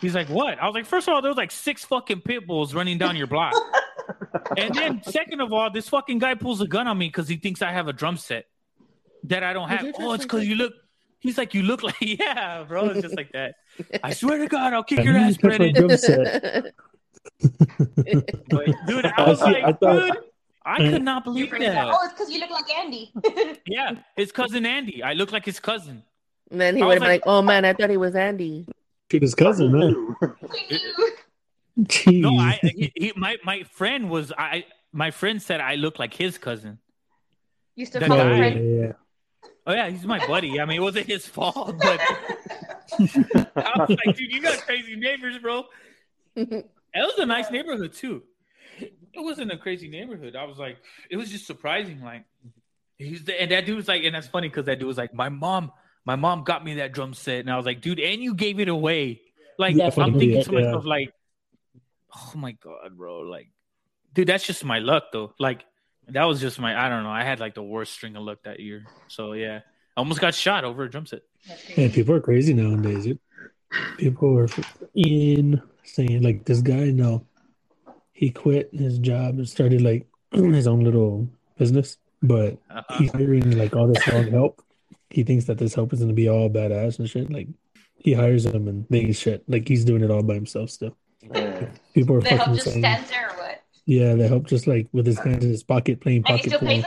F: He's like, what? I was like, first of all, there was like six fucking pit bulls running down
G: *laughs*
F: your block, and then second of all, this fucking guy pulls a gun on me because he thinks I have a drum set that I don't
E: Is
F: have.
E: it just
F: Oh, it's
E: like
F: because
E: that?
F: you look. He's like, you look like, *laughs* yeah, bro. It's just like that.
G: *laughs*
F: I swear to God, I'll kick your ass,
C: That's what
F: Brennan.
C: drum
F: *laughs*
C: set.
F: Like, dude, I was
C: *laughs* I see-
F: like,
C: I thought-
F: dude, I could not
G: You
F: believe
G: bring it
F: that.
G: up. Oh, it's because you look like
F: *laughs*
G: Andy.
F: Yeah, his cousin Andy. I look like his cousin.
E: *laughs* And then he
F: I
E: would
F: was
E: have been like, "Oh man, I thought he was
F: *laughs*
E: Andy."
C: Shoot his cousin, huh? *laughs* Jeez.
F: No, I he, he- my my friend was I my friend said I look like his cousin.
G: you still
F: That
G: call
C: Oh,
G: him
F: guy.
C: yeah,
G: friend.
C: yeah,
F: Oh yeah, he's my buddy. I mean, it wasn't his fault, *laughs* but I was like, dude, you got crazy neighbors, bro. That was a nice neighborhood too. It wasn't a crazy neighborhood. I was like, it was just surprising. Like, he's the, and that dude was like, and that's funny because that dude was like, my mom, my mom got me that drum set, and I was like, dude, and you gave it away. Like,
C: Yeah, for
F: I'm
C: the
F: thinking
C: video,
F: to myself,
C: yeah.
F: like, oh my god, bro, like, dude, that's just my luck though. Like, that was just my, I don't know, I had like the worst string of luck that year. So yeah, I almost got shot over a drum
C: *laughs*
F: set.
C: yeah. Man, people are crazy nowadays. dude. People are insane. Like this guy, no, he quit his job and started like *clears throat* his own little business, but
F: Uh-huh.
C: he's hiring like all this wrong help. He thinks that this help is gonna be all badass and shit. Like he hires them and they ain't shit. Like he's doing it all by himself still.
D: Yeah.
C: People are
G: The
C: fucking
G: help just
C: insane.
G: stands there or what?
C: Yeah, they help just like with his hands in his pocket playing
G: And he
C: pocket
G: still pays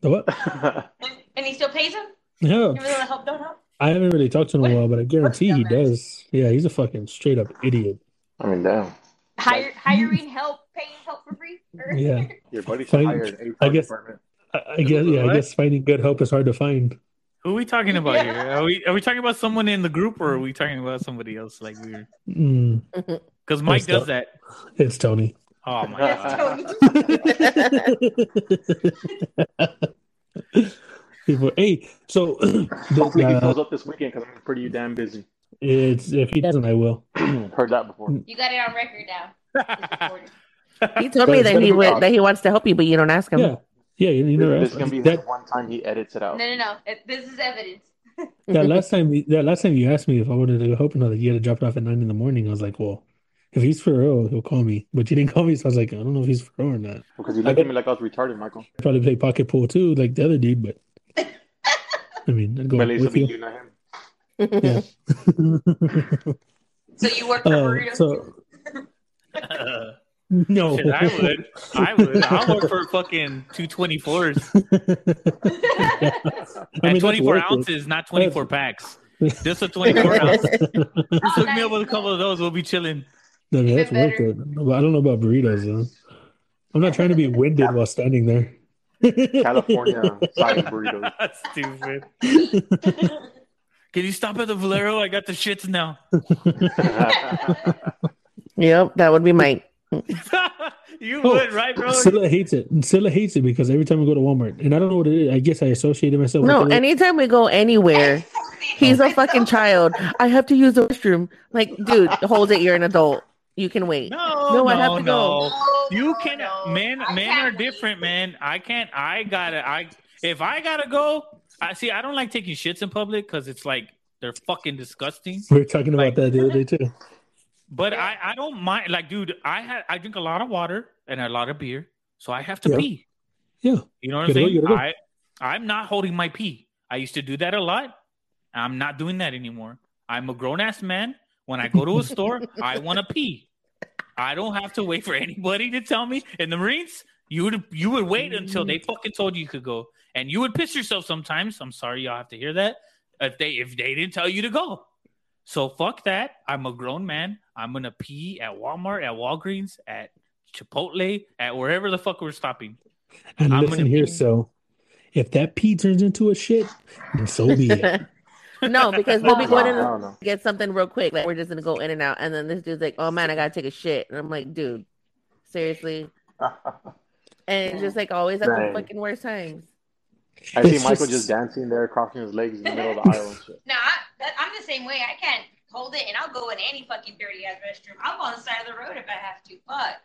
C: football.
G: him?
C: The what?
G: And- And he still pays him?
C: Yeah,
G: Even though the help don't help?
C: I haven't really talked to him in a
G: What-
C: while, but I guarantee he
G: dumbass?
C: does. Yeah, he's a fucking straight up idiot.
D: I mean, damn.
G: Hire, hiring help, paying help for free? Or-
C: Yeah.
G: *laughs*
D: Your buddy should
C: Fine.
D: hire an
C: I
D: HR
C: guess-
D: department.
C: I, I guess yeah, I
F: What?
C: guess finding good help is hard to find.
F: Who are we talking about
G: Yeah.
F: here? Are we are we talking about someone in the group or are we talking about somebody else like weird?
C: Mm,
F: Because Mike
C: That's
F: does that.
C: it's Tony. *laughs*
F: Oh my
D: Yeah.
F: god.
G: That's Tony.
C: People, hey, so *clears throat*
D: Hopefully he
C: uh,
D: shows up this weekend because I'm pretty damn busy.
C: it's if he doesn't, I will.
D: Heard that before.
G: You got it on record now. It's recorded.
E: He told me
C: But-
E: that he would that he wants to help you, but you don't ask him.
C: Yeah, yeah, you, you never
D: this
C: asked.
D: is gonna be the *laughs*
C: That,
D: one time he edits it
G: No,
D: out.
G: no, no. It- This is evidence.
C: that last time, that last time you asked me if I wanted to go help another, you had to drop it off at nine in the morning. I was like, well, if he's for real, he'll call me. But you didn't call me, so I was like, I don't know if he's for real or not.
D: Because he looked at me like I was retarded, Michael.
C: I'd probably play pocket pool too, like the other dude. But I mean, I'd go
D: But at least it'll
C: with
D: be
C: you.
D: you, not
C: Yeah.
D: him.
G: So you work for
C: *laughs* Uh,
G: burritos? *laughs*
F: *laughs*
C: so no,
F: Shit, I
C: *laughs*
F: would. I would. I'll work for fucking two twenty fours
C: I mean,
F: and
C: that's
F: twenty four
C: worth it.
F: ounces, not twenty four packs.
C: That's-
F: Just a twenty four ounce. Just
G: Oh,
F: hook me up with a
G: nice.
F: couple of those. We'll
G: *laughs*
F: be chilling.
C: No,
G: Even
C: that's worth
G: better.
C: it. But I don't know about burritos, though. I'm not trying to be winded while standing there.
D: California size
C: *laughs*
D: burritos. *laughs*
G: *laughs*
F: Stupid. Can you stop at the Valero? I got the shits now. *laughs*
E: Yep, that would be Mike.
F: you
C: Oh,
F: would, right,
C: *laughs*
F: bro?
C: Scylla hates it. Scylla hates it because every time we go to Walmart, and I don't know what it is. I guess I associated myself
E: No,
C: with it.
E: anytime we go anywhere, he's a fucking child. I have to use the restroom. Like, dude, hold it. You're an adult. You can wait.
F: No,
E: No,
F: no,
E: I have to
F: no.
E: go.
F: You
G: "Oh, No,
F: can,
G: no.
F: men.
G: I
F: Men
G: can't
F: are
G: wait.
F: different, man. I can't. I gotta. I if I gotta go. I see. I don't like taking shits in public because it's like they're fucking disgusting.
C: We were talking about that the other day, too.
F: But
G: Yeah.
F: I, I don't mind. Like, dude, I had I drink a lot of water and a lot of beer, so I have to
C: Yeah.
F: pee.
C: Yeah.
F: You know what
C: Gotta
F: I'm
C: go,
F: saying?
C: gotta go.
F: I I'm not holding my pee. I used to do that a lot. I'm not doing that anymore. I'm a grown ass man. When I go to a
C: *laughs*
F: store, I want to pee. I don't have to wait for anybody to tell me. In the Marines, you would you would wait until they fucking told you you could go, and you would piss yourself sometimes. I'm sorry, y'all have to hear that. If they if they didn't tell you to go, so fuck that. I'm a grown man. I'm gonna pee at Walmart, at Walgreens, at Chipotle, at wherever the fuck we're stopping.
C: And
F: I'm
C: listen
F: gonna
C: here,
F: be-
C: so If that pee turns into a shit, then so be
F: *laughs*
C: it.
E: *laughs* no, because we'll be
D: Nah,
E: going
D: I
E: in
D: don't know. *laughs*
E: get something real quick. Like we're just gonna go in and out, and then this dude's like, "Oh man, I gotta take a shit," and I'm like, "Dude, seriously." And it's just like always at the
D: Dang.
E: fucking worst times.
D: I
C: It's
D: see Michael
C: just-
D: just dancing there, crossing his legs in the middle of the aisle and shit.
G: No, I, that, I'm the same way. I can't hold it, and I'll go in any fucking dirty ass restroom. I'll go on the side of the road if I have to. Fuck.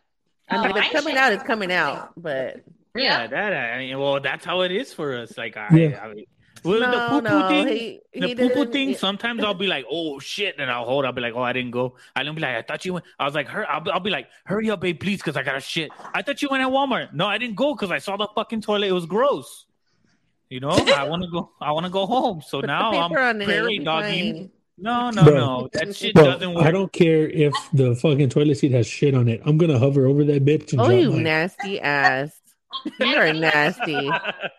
E: I mean,
G: Oh,
E: if
G: I
E: it's coming
G: should-
E: out, it's coming out. But
F: Yeah,
G: Yeah.
F: that I mean, well, that's how it is for us. Like, I,
C: Yeah.
F: I mean, well, the
E: no,
F: poo
E: no,
F: thing,
E: he, he
F: the poo poo
E: didn't- e-
F: thing.
E: yeah.
F: Sometimes I'll be like, "Oh shit," and I'll hold. I'll be like, "Oh, I didn't go." I don't be like, "I thought you went." I was like, "Hur!" I'll be, I'll be like, "Hurry up, babe, please, because I got a shit." I thought you went at Walmart. No, I didn't go because I saw the fucking toilet. It was gross. You know, I want to go. I want to go home. So
E: Put the
F: now I'm
E: paper on it,
F: prairie
E: it'll be
F: dogging.
E: fine.
F: No, no,
C: Bro.
F: no. That shit
C: Bro,
F: doesn't work.
C: I don't care if the fucking toilet seat has shit on it. I'm gonna hover over that bitch and
E: Oh,
C: drop
E: you
C: mine.
E: nasty ass!
G: *laughs*
E: You are nasty.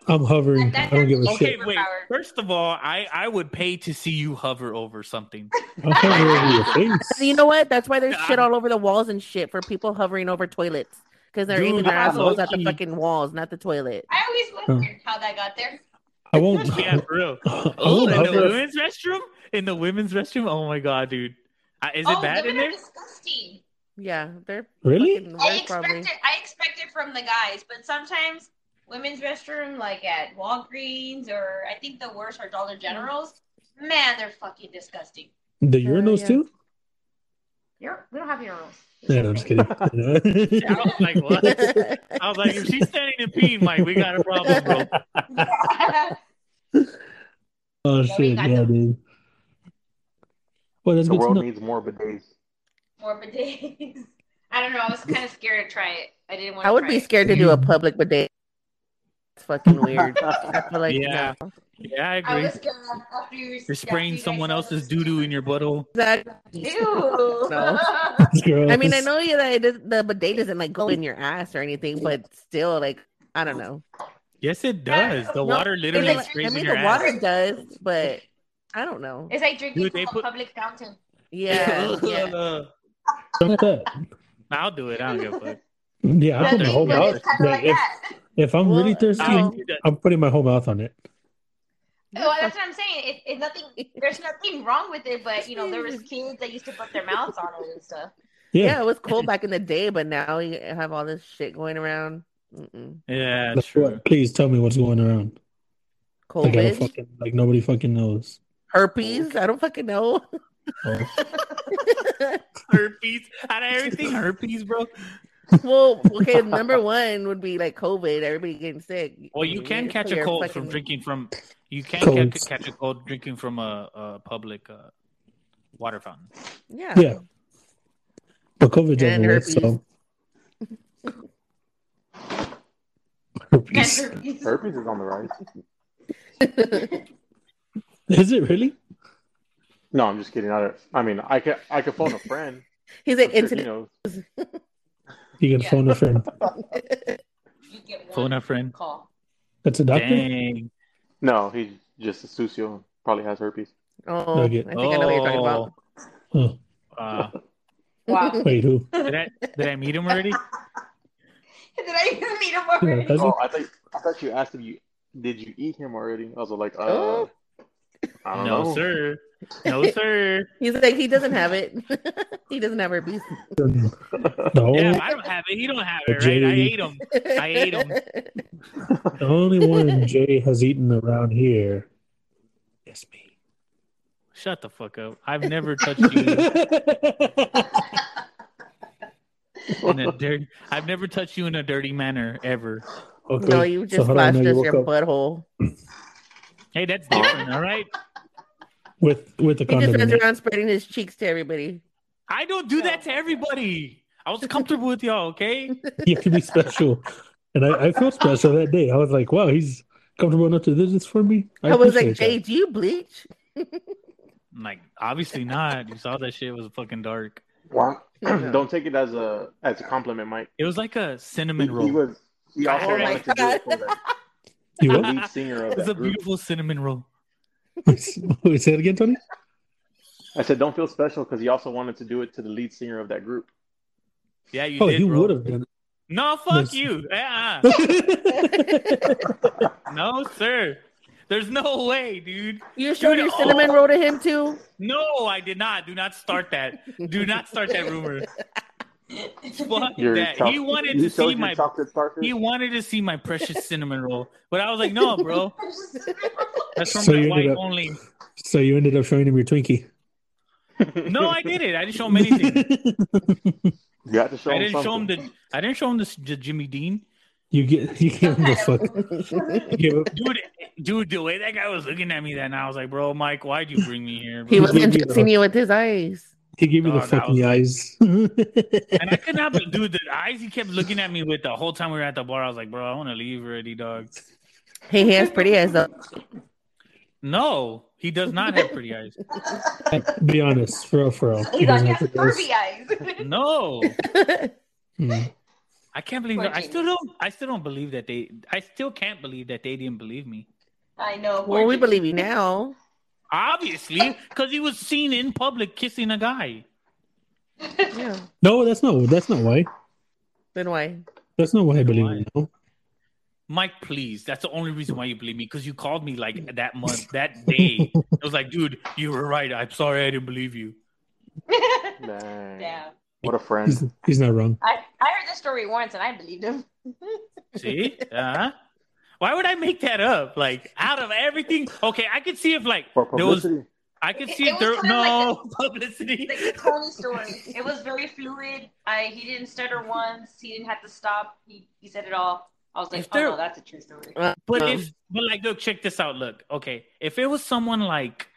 C: I'm hovering.
G: That-
C: I don't give a
G: that's-
F: Okay,
C: shit.
F: wait. First of all, I I would pay to see you hover over something.
C: I'll hover over your face.
E: You know what? That's why there's
F: Yeah.
E: shit all over the walls and shit for people hovering over toilets because they're
F: Dude,
E: aiming their
F: I'm
E: assholes at the
F: low-key-
E: fucking walls, not the toilet.
G: I always wondered how that got there.
C: I won't.
F: Yeah, for real.
C: *laughs* I
F: Oh,
C: won't
F: in the
C: hover.
F: women's restroom? In the women's restroom? Oh my god, dude. Uh, is it
G: oh,
F: bad in
G: women
F: there?
G: are disgusting.
E: Yeah, they're
C: Really?
G: I
E: fucking worse,
G: expect
E: probably. *laughs*
G: it. I expect it from the guys, but sometimes women's restroom, like at Walgreens or I think the worst are
E: Mm-hmm.
G: Dollar Generals. Man, they're fucking disgusting.
C: The urinals
E: yeah.
C: too?
G: You're, we don't have urinals.
C: Yeah, no,
G: *laughs*
C: I'm just
F: *laughs*
C: kidding.
F: I
E: *laughs*
F: was like, what? I was like, if she's standing and peeing, Mike, we got a problem, bro.
C: oh
G: Yeah, we
C: shit,
G: got
C: yeah,
G: them.
C: dude. Well, that's
D: The
C: good to
D: world
C: know.
D: needs more bidets.
G: Morbid days. I don't know. I was kind of scared to try it. I didn't want.
E: I would be scared to do a public bidet. It's
G: *laughs*
E: fucking weird. I feel like
F: Yeah.
E: no.
F: Yeah, I
G: I
F: agree.
G: was scared after you.
F: You're spraying
G: after you guys
F: someone
G: said
F: else's
G: those-
F: doo doo in your butthole.
E: That,
G: Ew.
E: No.
C: That's gross.
E: I mean, I know that it does, the bidet doesn't like go in your ass or anything, but still, like, I don't know.
F: Yes, it does. The
G: No,
F: water literally
E: Like, I
F: sprays in
E: mean,
F: your
E: the
F: ass.
E: water does, but I don't know.
G: *laughs* It's like drinking
F: Dude,
G: from
F: they
G: a
F: put-
G: public fountain. *laughs*
E: Yeah, yeah.
C: Something like that.
F: *laughs* I'll do it. I don't give a fuck.
C: Yeah, I
F: That's
C: put my
F: it,
C: whole
F: but
C: mouth.
G: it's kind of like
C: Like, if,
G: that.
C: if I'm really
E: Well,
C: thirsty,
F: I
E: Oh.
F: would do that.
C: I'm putting my whole mouth on it.
G: Well, that's what I'm saying. It, it nothing. There's nothing wrong with it, but you know there
E: *laughs*
G: was kids that used to put their mouths on it and stuff.
E: Yeah,
C: Yeah,
E: it was cool back in the day, but now you have all this shit going around. Mm-mm.
F: Yeah,
C: Like,
F: true.
C: what? Please tell me what's going around. Like, I don't
E: COVID,
C: fucking, like nobody fucking
E: *laughs*
C: knows.
E: herpes. I don't
C: *laughs*
E: fucking know. *laughs*
C: Oh.
F: Herpes. Out of everything, herpes, bro.
E: well, okay, number one would be like COVID. Everybody getting sick.
F: Well, you can
E: just
F: catch
E: put
F: a
E: your
F: cold
E: fucking-
F: from drinking from. You can
C: Colds.
F: ca- catch a cold drinking from a, a public uh, water fountain.
E: Yeah.
C: Oh, Yeah. But COVID's
E: And
C: over with,
E: herpes.
C: so.
G: And
C: Herpes.
G: herpes.
D: Herpes is on the rise.
C: *laughs* Is it really?
D: No, I'm just kidding. I, don't- I mean, I could I could phone a friend.
E: He's
D: I'm
E: like,
D: sure he
E: internet.
D: knows.
C: You can
G: Yeah.
C: phone a friend.
G: You get one
F: Phone a friend.
G: call.
C: That's a doctor.
F: Dang.
D: No, he's just a sucio. Probably has herpes.
E: Oh, I
C: Nugget.
E: think I know what you're talking about.
C: Oh,
F: Uh,
E: *laughs*
G: Wow. *laughs*
C: wait, who?
F: did, I, did I meet him already?
G: Did I even meet him
C: Yeah,
G: already?
C: that's-
D: Oh, I think I thought you asked if you did you eat him already. I was like, uh,
E: Oh.
D: I don't
F: No,
D: know. *laughs*
F: sir. No, sir.
E: He's like, he doesn't have it. *laughs* he doesn't have herpes.
C: The only,
F: Yeah, I don't have it. He don't have it, right? I
C: Jerry.
F: ate him. *laughs* I
E: *laughs*
F: ate him.
C: the only one Jay has eaten around here is me.
F: Shut the fuck up. I've never touched you in a dirty. I've never touched you in a dirty manner ever.
C: Okay.
E: No, you
C: So
E: just
C: how do I
E: flashed
C: know
E: us
C: you
E: your
C: woke up
E: butthole.
F: Hey, that's different. All right.
C: with with the
E: He just
C: condom. in
E: runs
C: it.
E: around spreading his cheeks to everybody.
F: I don't do that to everybody. I was comfortable with y'all, okay?
C: *laughs* You have to be special, and I, I felt special that day. I was like, wow, he's comfortable enough to do this for me.
E: I, was like,
C: appreciate
E: Jay, do you
F: *clears throat*
E: bleach?
F: I'm like, obviously not. You saw that shit was fucking dark.
D: Wow. don't take it as a as a compliment, Mike.
F: It was like a
D: He,
F: cinnamon
D: he
F: roll.
D: was he
F: Oh
D: also
F: my
D: wanted to do it for that,
C: that. You
D: the
C: what?
D: lead singer
F: It
D: of
F: was a
D: that group.
F: beautiful cinnamon roll.
C: *laughs* Wait, say it again, Tony.
D: I said, don't feel special because he also wanted to do it to the lead singer of that group.
F: Yeah, you
C: oh,
F: did.
C: you
F: bro.
C: would have done.
F: No, fuck
C: Listen.
F: you.
C: *laughs*
F: Yeah.
C: Dude,
F: No, sir. There's no way, dude.
E: You showed
F: Dude,
E: your cinnamon roll to him too.
F: No, I did not. Do not start that. Do not start that rumor. Fuck
D: Your
F: that.
D: choc-
F: he wanted
D: you
F: to
D: showed
F: see
D: your
F: my
D: chocolate starfish? *laughs*
F: he wanted to see my precious cinnamon roll, but I was like, no, bro. That's from
C: So
F: my
C: you
F: wife
C: ended up-
F: only.
C: *laughs* so you ended up showing him your Twinkie.
F: No, I didn't. I didn't show
C: *laughs*
F: him anything.
D: You got to show
F: I
D: him
F: didn't show
D: something.
F: him the. I didn't show him the, the Jimmy Dean.
C: you get you give him
G: *laughs*
C: the
E: *laughs*
C: fuck. Give him,
F: Dude, dude, the way that guy was looking at me then, I was like, bro, Mike, why'd you bring me here?
E: He
F: bro?"
E: was entrancing you with his eyes.
C: he gave you the
F: Oh, that
C: fucking
F: was-
C: eyes. *laughs*
F: and I could not, be- dude. The eyes he kept looking at me with the whole time we were at the bar. I was like, bro, I want to leave already, dog.
E: He has pretty eyes though. *laughs*
F: No, he does not have pretty eyes.
C: Be honest, for real, for real. He
G: He's like,
C: doesn't
G: he
C: have
G: has
C: to
G: curvy eyes. *laughs*
F: No,
C: Mm.
F: I can't believe.
G: Poor
F: I
G: Jimmy.
F: still don't. I still don't believe that they. I still can't believe that they didn't believe me.
G: I know. poor
E: Well, we
G: Jimmy. *laughs*
E: believe you now.
F: Obviously, because he was seen in public kissing a guy.
E: Yeah.
C: No, that's not that's not why.
E: Then why?
C: That's not why I believe
F: Why?
C: it. No.
F: Mike, please. That's the only reason why you believe me, because you called me like that month, that day. It was like, dude, you were right. I'm sorry I didn't believe you.
D: Dang.
G: Damn.
D: What a
C: He's,
D: friend.
C: he's not wrong.
G: I, I heard this story once and I believed him. *laughs*
F: See? Uh-huh. Why would I make that up? Like out of everything. Okay, I could see if like
D: For
F: there was
D: publicity.
F: I could see
G: It
F: if
G: was
F: there
G: kind of
F: no *laughs* publicity.
G: Like the Tony story. It was very fluid. I he didn't stutter once. He didn't have to stop. He he said it all. I was like,
F: If
G: oh
F: there-
G: no, that's a true story.
F: But
E: Um,
F: if but like look, check this out. Look, okay. If it was someone like,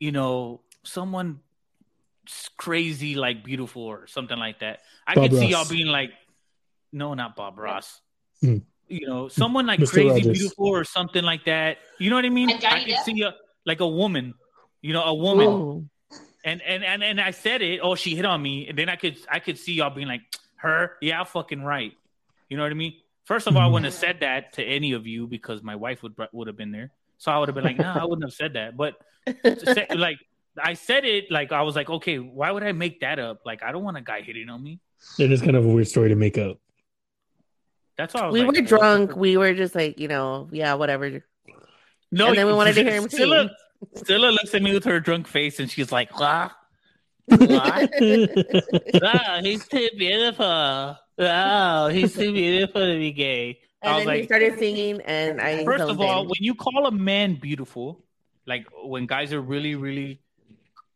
F: you know, someone s- crazy like beautiful or something like that, I
C: Bob
F: could see
C: Ross.
F: y'all being like, no, not Bob Ross.
C: Hmm.
F: You know, someone like
C: Mr.
F: crazy
C: Rogers.
F: beautiful or something like that. You know what I mean?
G: And Johnny
F: I could
G: Depp?
F: see a like a woman. You know, a woman.
E: Ooh.
F: and and and and I said it. Oh, she hit on me, and then I could I could see y'all being like, her, yeah, fucking right. You know what I mean? First of
E: Mm-hmm.
F: all, I wouldn't have said that to any of you because my wife would would have been there, so I would have been like, nah, I wouldn't have said that. But
E: *laughs*
F: to say- like I said it, like I was like, okay, why would I make that up? Like I don't want a guy hitting on me.
C: It is kind of a weird story to make up. *laughs*
F: That's why I was
E: we
F: like,
E: were drunk. We were just like, you know, yeah, whatever.
F: *laughs* No,
E: and then we
F: you-
E: wanted
F: *laughs*
E: to hear him
F: Stella, Stella looks at me with her drunk face, and she's like,
E: *laughs*
F: what? What? wow, he's too beautiful. Wow, he's too beautiful to be gay. I
E: And
F: was
E: then he
F: like,
E: started singing, and I
F: first of
E: zoned
F: all,
E: in.
F: when you call a man beautiful, like when guys are really, really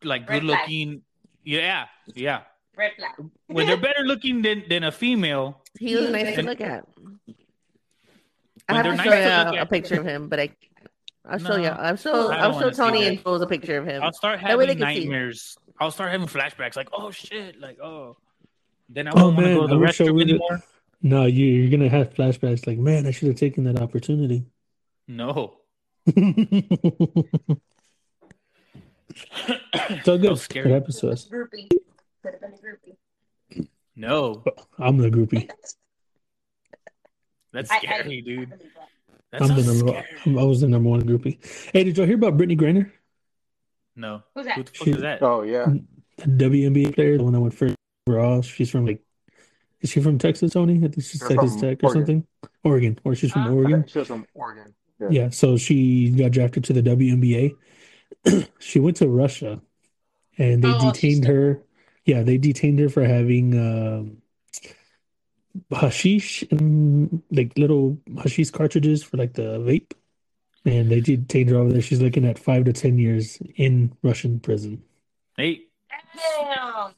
F: like
G: Red
F: good looking, yeah, yeah,
G: Red flag.
F: when they're better looking than than a female,
E: he was nice to
F: When-
E: look at. I
F: When
E: have
F: they're
E: to
F: nice
E: show
F: to look
E: you a, a
F: at-
E: picture of him, but I, I'll show
F: No,
E: you. I'll show.
F: I don't
E: I'll show
F: wanna see
E: Tony
F: that.
E: and Jules a picture of him.
F: I'll start
E: That way they
F: having
E: can see.
F: nightmares. I'll start having flashbacks, like, oh shit, like oh. Then I
C: Oh,
F: won't want to
C: man,
F: go to the
C: I wish I
F: restroom
C: would've-
F: anymore.
C: No, you, you're gonna have flashbacks like, man, I should have taken that opportunity. *laughs*
F: No,
C: it's all
F: That
C: good.
F: was scary.
C: It happens to us.
G: Groupie. Could have been a groupie.
F: no,
C: I'm the groupie.
F: that's
G: I- I-
F: scary, dude.
C: I'm
F: That's so
C: the number.
F: scary.
C: I'm, I was the number one groupie. Hey, did y'all hear about Brittany Griner,
F: No,
G: Who's that?
F: who the fuck is that?
D: Oh, yeah.
C: the WNBA player, the one that went first overall? She's from like, is she from Texas, Tony? I think she's
D: She's
C: Texas
D: from
C: Tech or
D: Oregon.
C: something. Oregon, or she's from
G: Uh,
C: Oregon.
D: She was from Oregon.
C: Yeah, so she got drafted to the WNBA. *clears throat* she went to Russia and they
G: Oh, she's
C: detained her. Yeah, they detained her for having um, hashish, and, like little hashish cartridges for like the vape. And they detained her over there. She's looking at five to 10 years in Russian prison.
F: Hey,
G: Damn.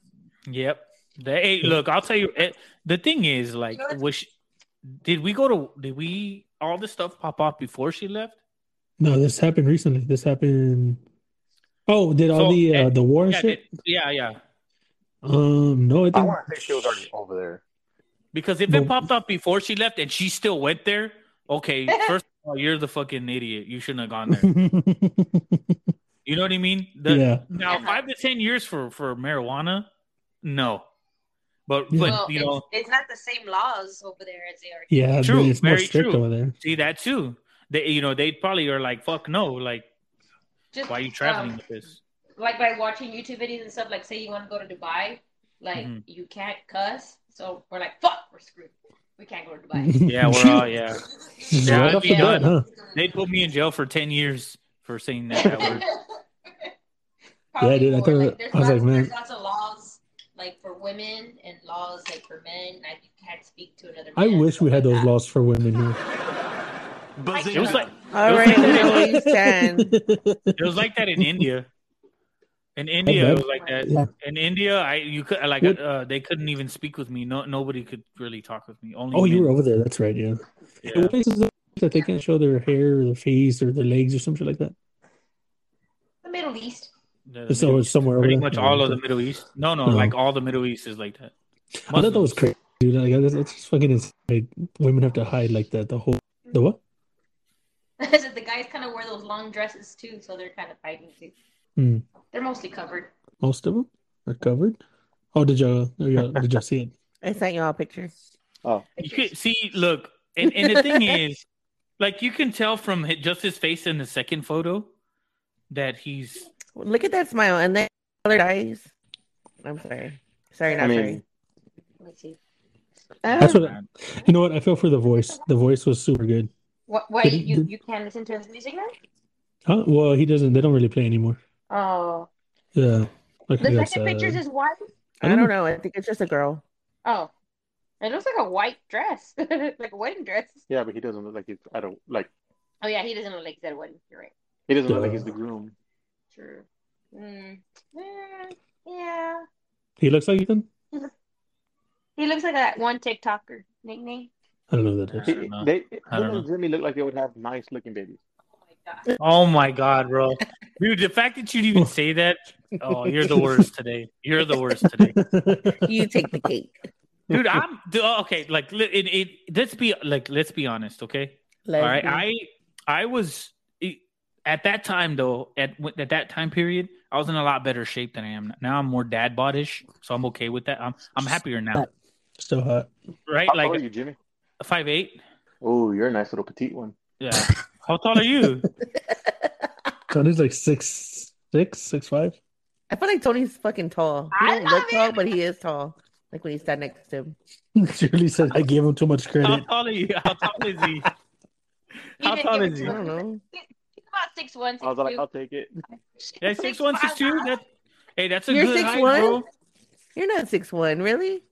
F: Yep. The- hey, look, I'll tell you. eh, the thing is, like, was she- did we go to? Did we all this stuff pop off before she left?
C: No, this happened recently. This happened. Oh, did all
F: So,
C: the
F: eh,
C: uh, the war
F: Yeah,
C: shit?
F: did- yeah, yeah.
C: Um, no, I
D: I
C: think
D: want to say she was already over there.
F: Because if
C: Well-
F: it popped off before she left and she still went there,
G: *laughs*
F: okay. First of all, you're the fucking idiot. You shouldn't have gone there.
C: *laughs*
F: You know what I mean? The,
C: yeah.
F: Now
G: Yeah.
F: five to ten years for for marijuana, no. But
C: Yeah.
F: but
G: Well,
F: you
G: it's,
F: know,
G: it's not the same laws over there as they are. here.
C: Yeah,
F: True,
C: but it's more
F: very
C: strict
F: true.
C: over there.
F: see that too. They you know they probably are like fuck no. Like
G: Just,
F: why are you traveling
G: um,
F: with
C: *laughs*
F: this?
G: like by watching YouTube videos and stuff, like say you want to go to Dubai, like
F: Mhm.
G: you can't cuss. So we're like, fuck, we're screwed. we can't go to
C: *laughs*
G: Dubai.
F: *laughs*
G: *laughs*
F: Yeah, we're all yeah.
C: Just
F: Yeah,
C: right
F: I'd
C: off the
F: be
C: bat,
F: out.
C: huh?
F: They put me in jail for ten years for saying that, that *laughs* word.
G: *laughs* Probably
C: dude, I
G: more,
C: thought-
G: like, there's
C: I was
G: lots,
C: like, man.
G: there's lots of laws like for women and laws like for men. I you can't speak to another.
C: I
G: man,
C: wish we
G: stuff
C: had
G: like
C: those
G: that.
C: laws for women here.
G: Bazinga.
F: It was like
E: All right, we know
F: *laughs*
E: what you stand.
F: it was like that in India.
C: *laughs*
F: In India, it was like that.
C: Yeah.
F: In India, I you could like
C: What-
F: uh, they couldn't even speak with me. No, nobody could really talk with me. Only
C: *laughs* Oh, you
F: men.
C: were over there. That's right. Yeah.
F: Yeah.
C: What places are- that they can't show their hair or their face or their legs or something like that?
G: The Middle East. *laughs*
F: The- the
C: So
F: Middle
C: it's somewhere over
F: pretty
C: there.
F: much all of the Middle East. No, no,
C: Oh.
F: like all the Middle East is like that.
C: I thought that was crazy,
F: Muslims.
C: dude. Like that's, that's just fucking insane. Like, women have to hide like that. The whole the what?
G: I said the guys kind of wear those long dresses too, so they're kind of fighting too.
C: Hmm.
G: They're mostly covered.
C: Most of them are covered. Oh, did y'all? oh, y'all- Did y'all see it?
E: I sent y'all a picture.
F: You could see, look, and, and the thing is, like you can tell from hi- just his face in the second photo that he's
E: Look at that smile and then colored eyes. I'm sorry. Sorry, not
D: I
E: sorry.
D: mean,
G: Let's see.
C: That's what. You know what? I feel for the voice. The voice was super good.
G: What? Why
C: Did-
G: you
C: did-
G: you can't listen to his music now?
C: Huh? Well, he doesn't. They don't really play anymore.
G: Oh,
C: Yeah. Like,
G: the
C: that's,
G: second
C: uh,
G: picture's is white.
C: I
E: I
C: don't
E: don't know. I think it's just a girl.
G: Oh, it looks like a white dress, *laughs* like a wedding dress.
D: Yeah, but he doesn't look like he's I don't like
G: Oh yeah, he doesn't look like that wedding. You're right.
D: he doesn't look like
C: Duh.
D: he's the groom.
G: True. Mm. Mm, yeah.
C: he looks like Ethan.
G: He looks like that one TikToker nickname.
C: I don't know who that is.
F: I don't know.
D: They him
F: I don't know.
D: and Jimmy look like they would have nice looking babies.
G: Oh my god.
F: oh my god, bro, dude, the fact that you'd even say that, oh, you're the worst today. You're the worst today,
E: You take the cake.
F: dude. I'm dude, oh, okay. Like, li- it, it, let's be like, let's be honest, okay? *laughs* All right, I I was at that time though at at that time period I was in a lot better shape than I am now. now. I'm more dad bodish, so I'm okay with that. I'm I'm happier now,
C: so hot.
F: right?
D: How, how are
F: Like
D: you, Jimmy?
F: five eight.
D: Oh, you're a nice little petite one.
F: Yeah. How tall are you?
C: Tony's like six, six, six five. *laughs*
E: I feel like Tony's fucking tall. He
G: I
E: don't look
G: love
E: tall,
G: it.
E: but he is tall. Like when you stand next to him.
C: Shirley said I gave him too much
F: How
C: credit.
F: tall are you? How tall is he? How
G: Even
F: tall
G: if
F: is
E: I
F: he?
G: it's *laughs*
E: don't know.
G: About six one,
D: I
G: six
D: was like,
G: two.
D: I'll take it.
F: oh, Yeah, six one, six two. That hey, that's a
E: You're
F: good height,
E: 6'1"?
F: bro.
E: You're not six one, really?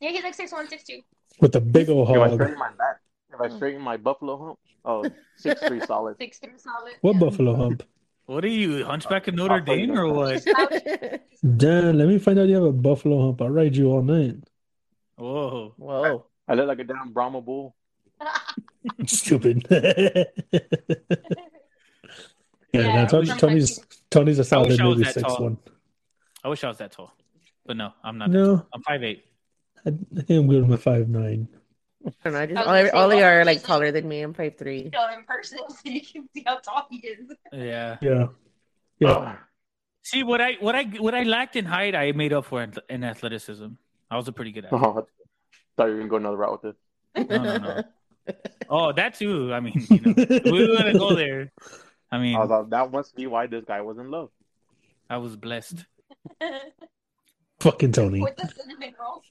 G: Yeah, he's like six one, six two.
C: With a big old
D: If I
C: hog.
D: straighten my back, if I straighten my buffalo hump, oh, six *laughs* three solid.
G: Six three solid.
C: What
G: yeah.
C: buffalo hump?
F: What are you, Hunchback of Notre Dame or what?
C: Damn, let me find out you have a buffalo hump. I'll ride you all night.
F: Whoa.
E: *laughs* Whoa.
D: I look like a damn Brahma bull.
C: Stupid. *laughs* yeah, no, Tony,
G: sometimes-
C: Tony's Tony's a solid
F: wish I was
C: maybe
F: that
C: six
F: tall.
C: one.
F: I wish I was that tall, but no, I'm not.
C: No,
F: I'm five eight.
C: I, I think I'm good with five nine.
E: I don't know. I just
G: I was
E: all,
G: gonna say,
E: all they
G: why
E: are
G: don't
E: like
G: you-
E: taller than me. I'm five three.
G: You know, in person, *laughs* so you can see how tall he is. *laughs*
F: Yeah.
C: Yeah, yeah.
F: See what I what I what I lacked in height, I made up for in, in athleticism. I was a pretty good
D: Oh, *laughs* I
F: athlete.
D: thought you were gonna go another route with this.
F: No, no, no. Oh, that too. I mean, you know, we were gonna go there. I mean,
D: I was like, Oh, that must be why this guy was in love.
F: I was blessed.
C: Fucking Tony.
G: With the cinnamon rolls.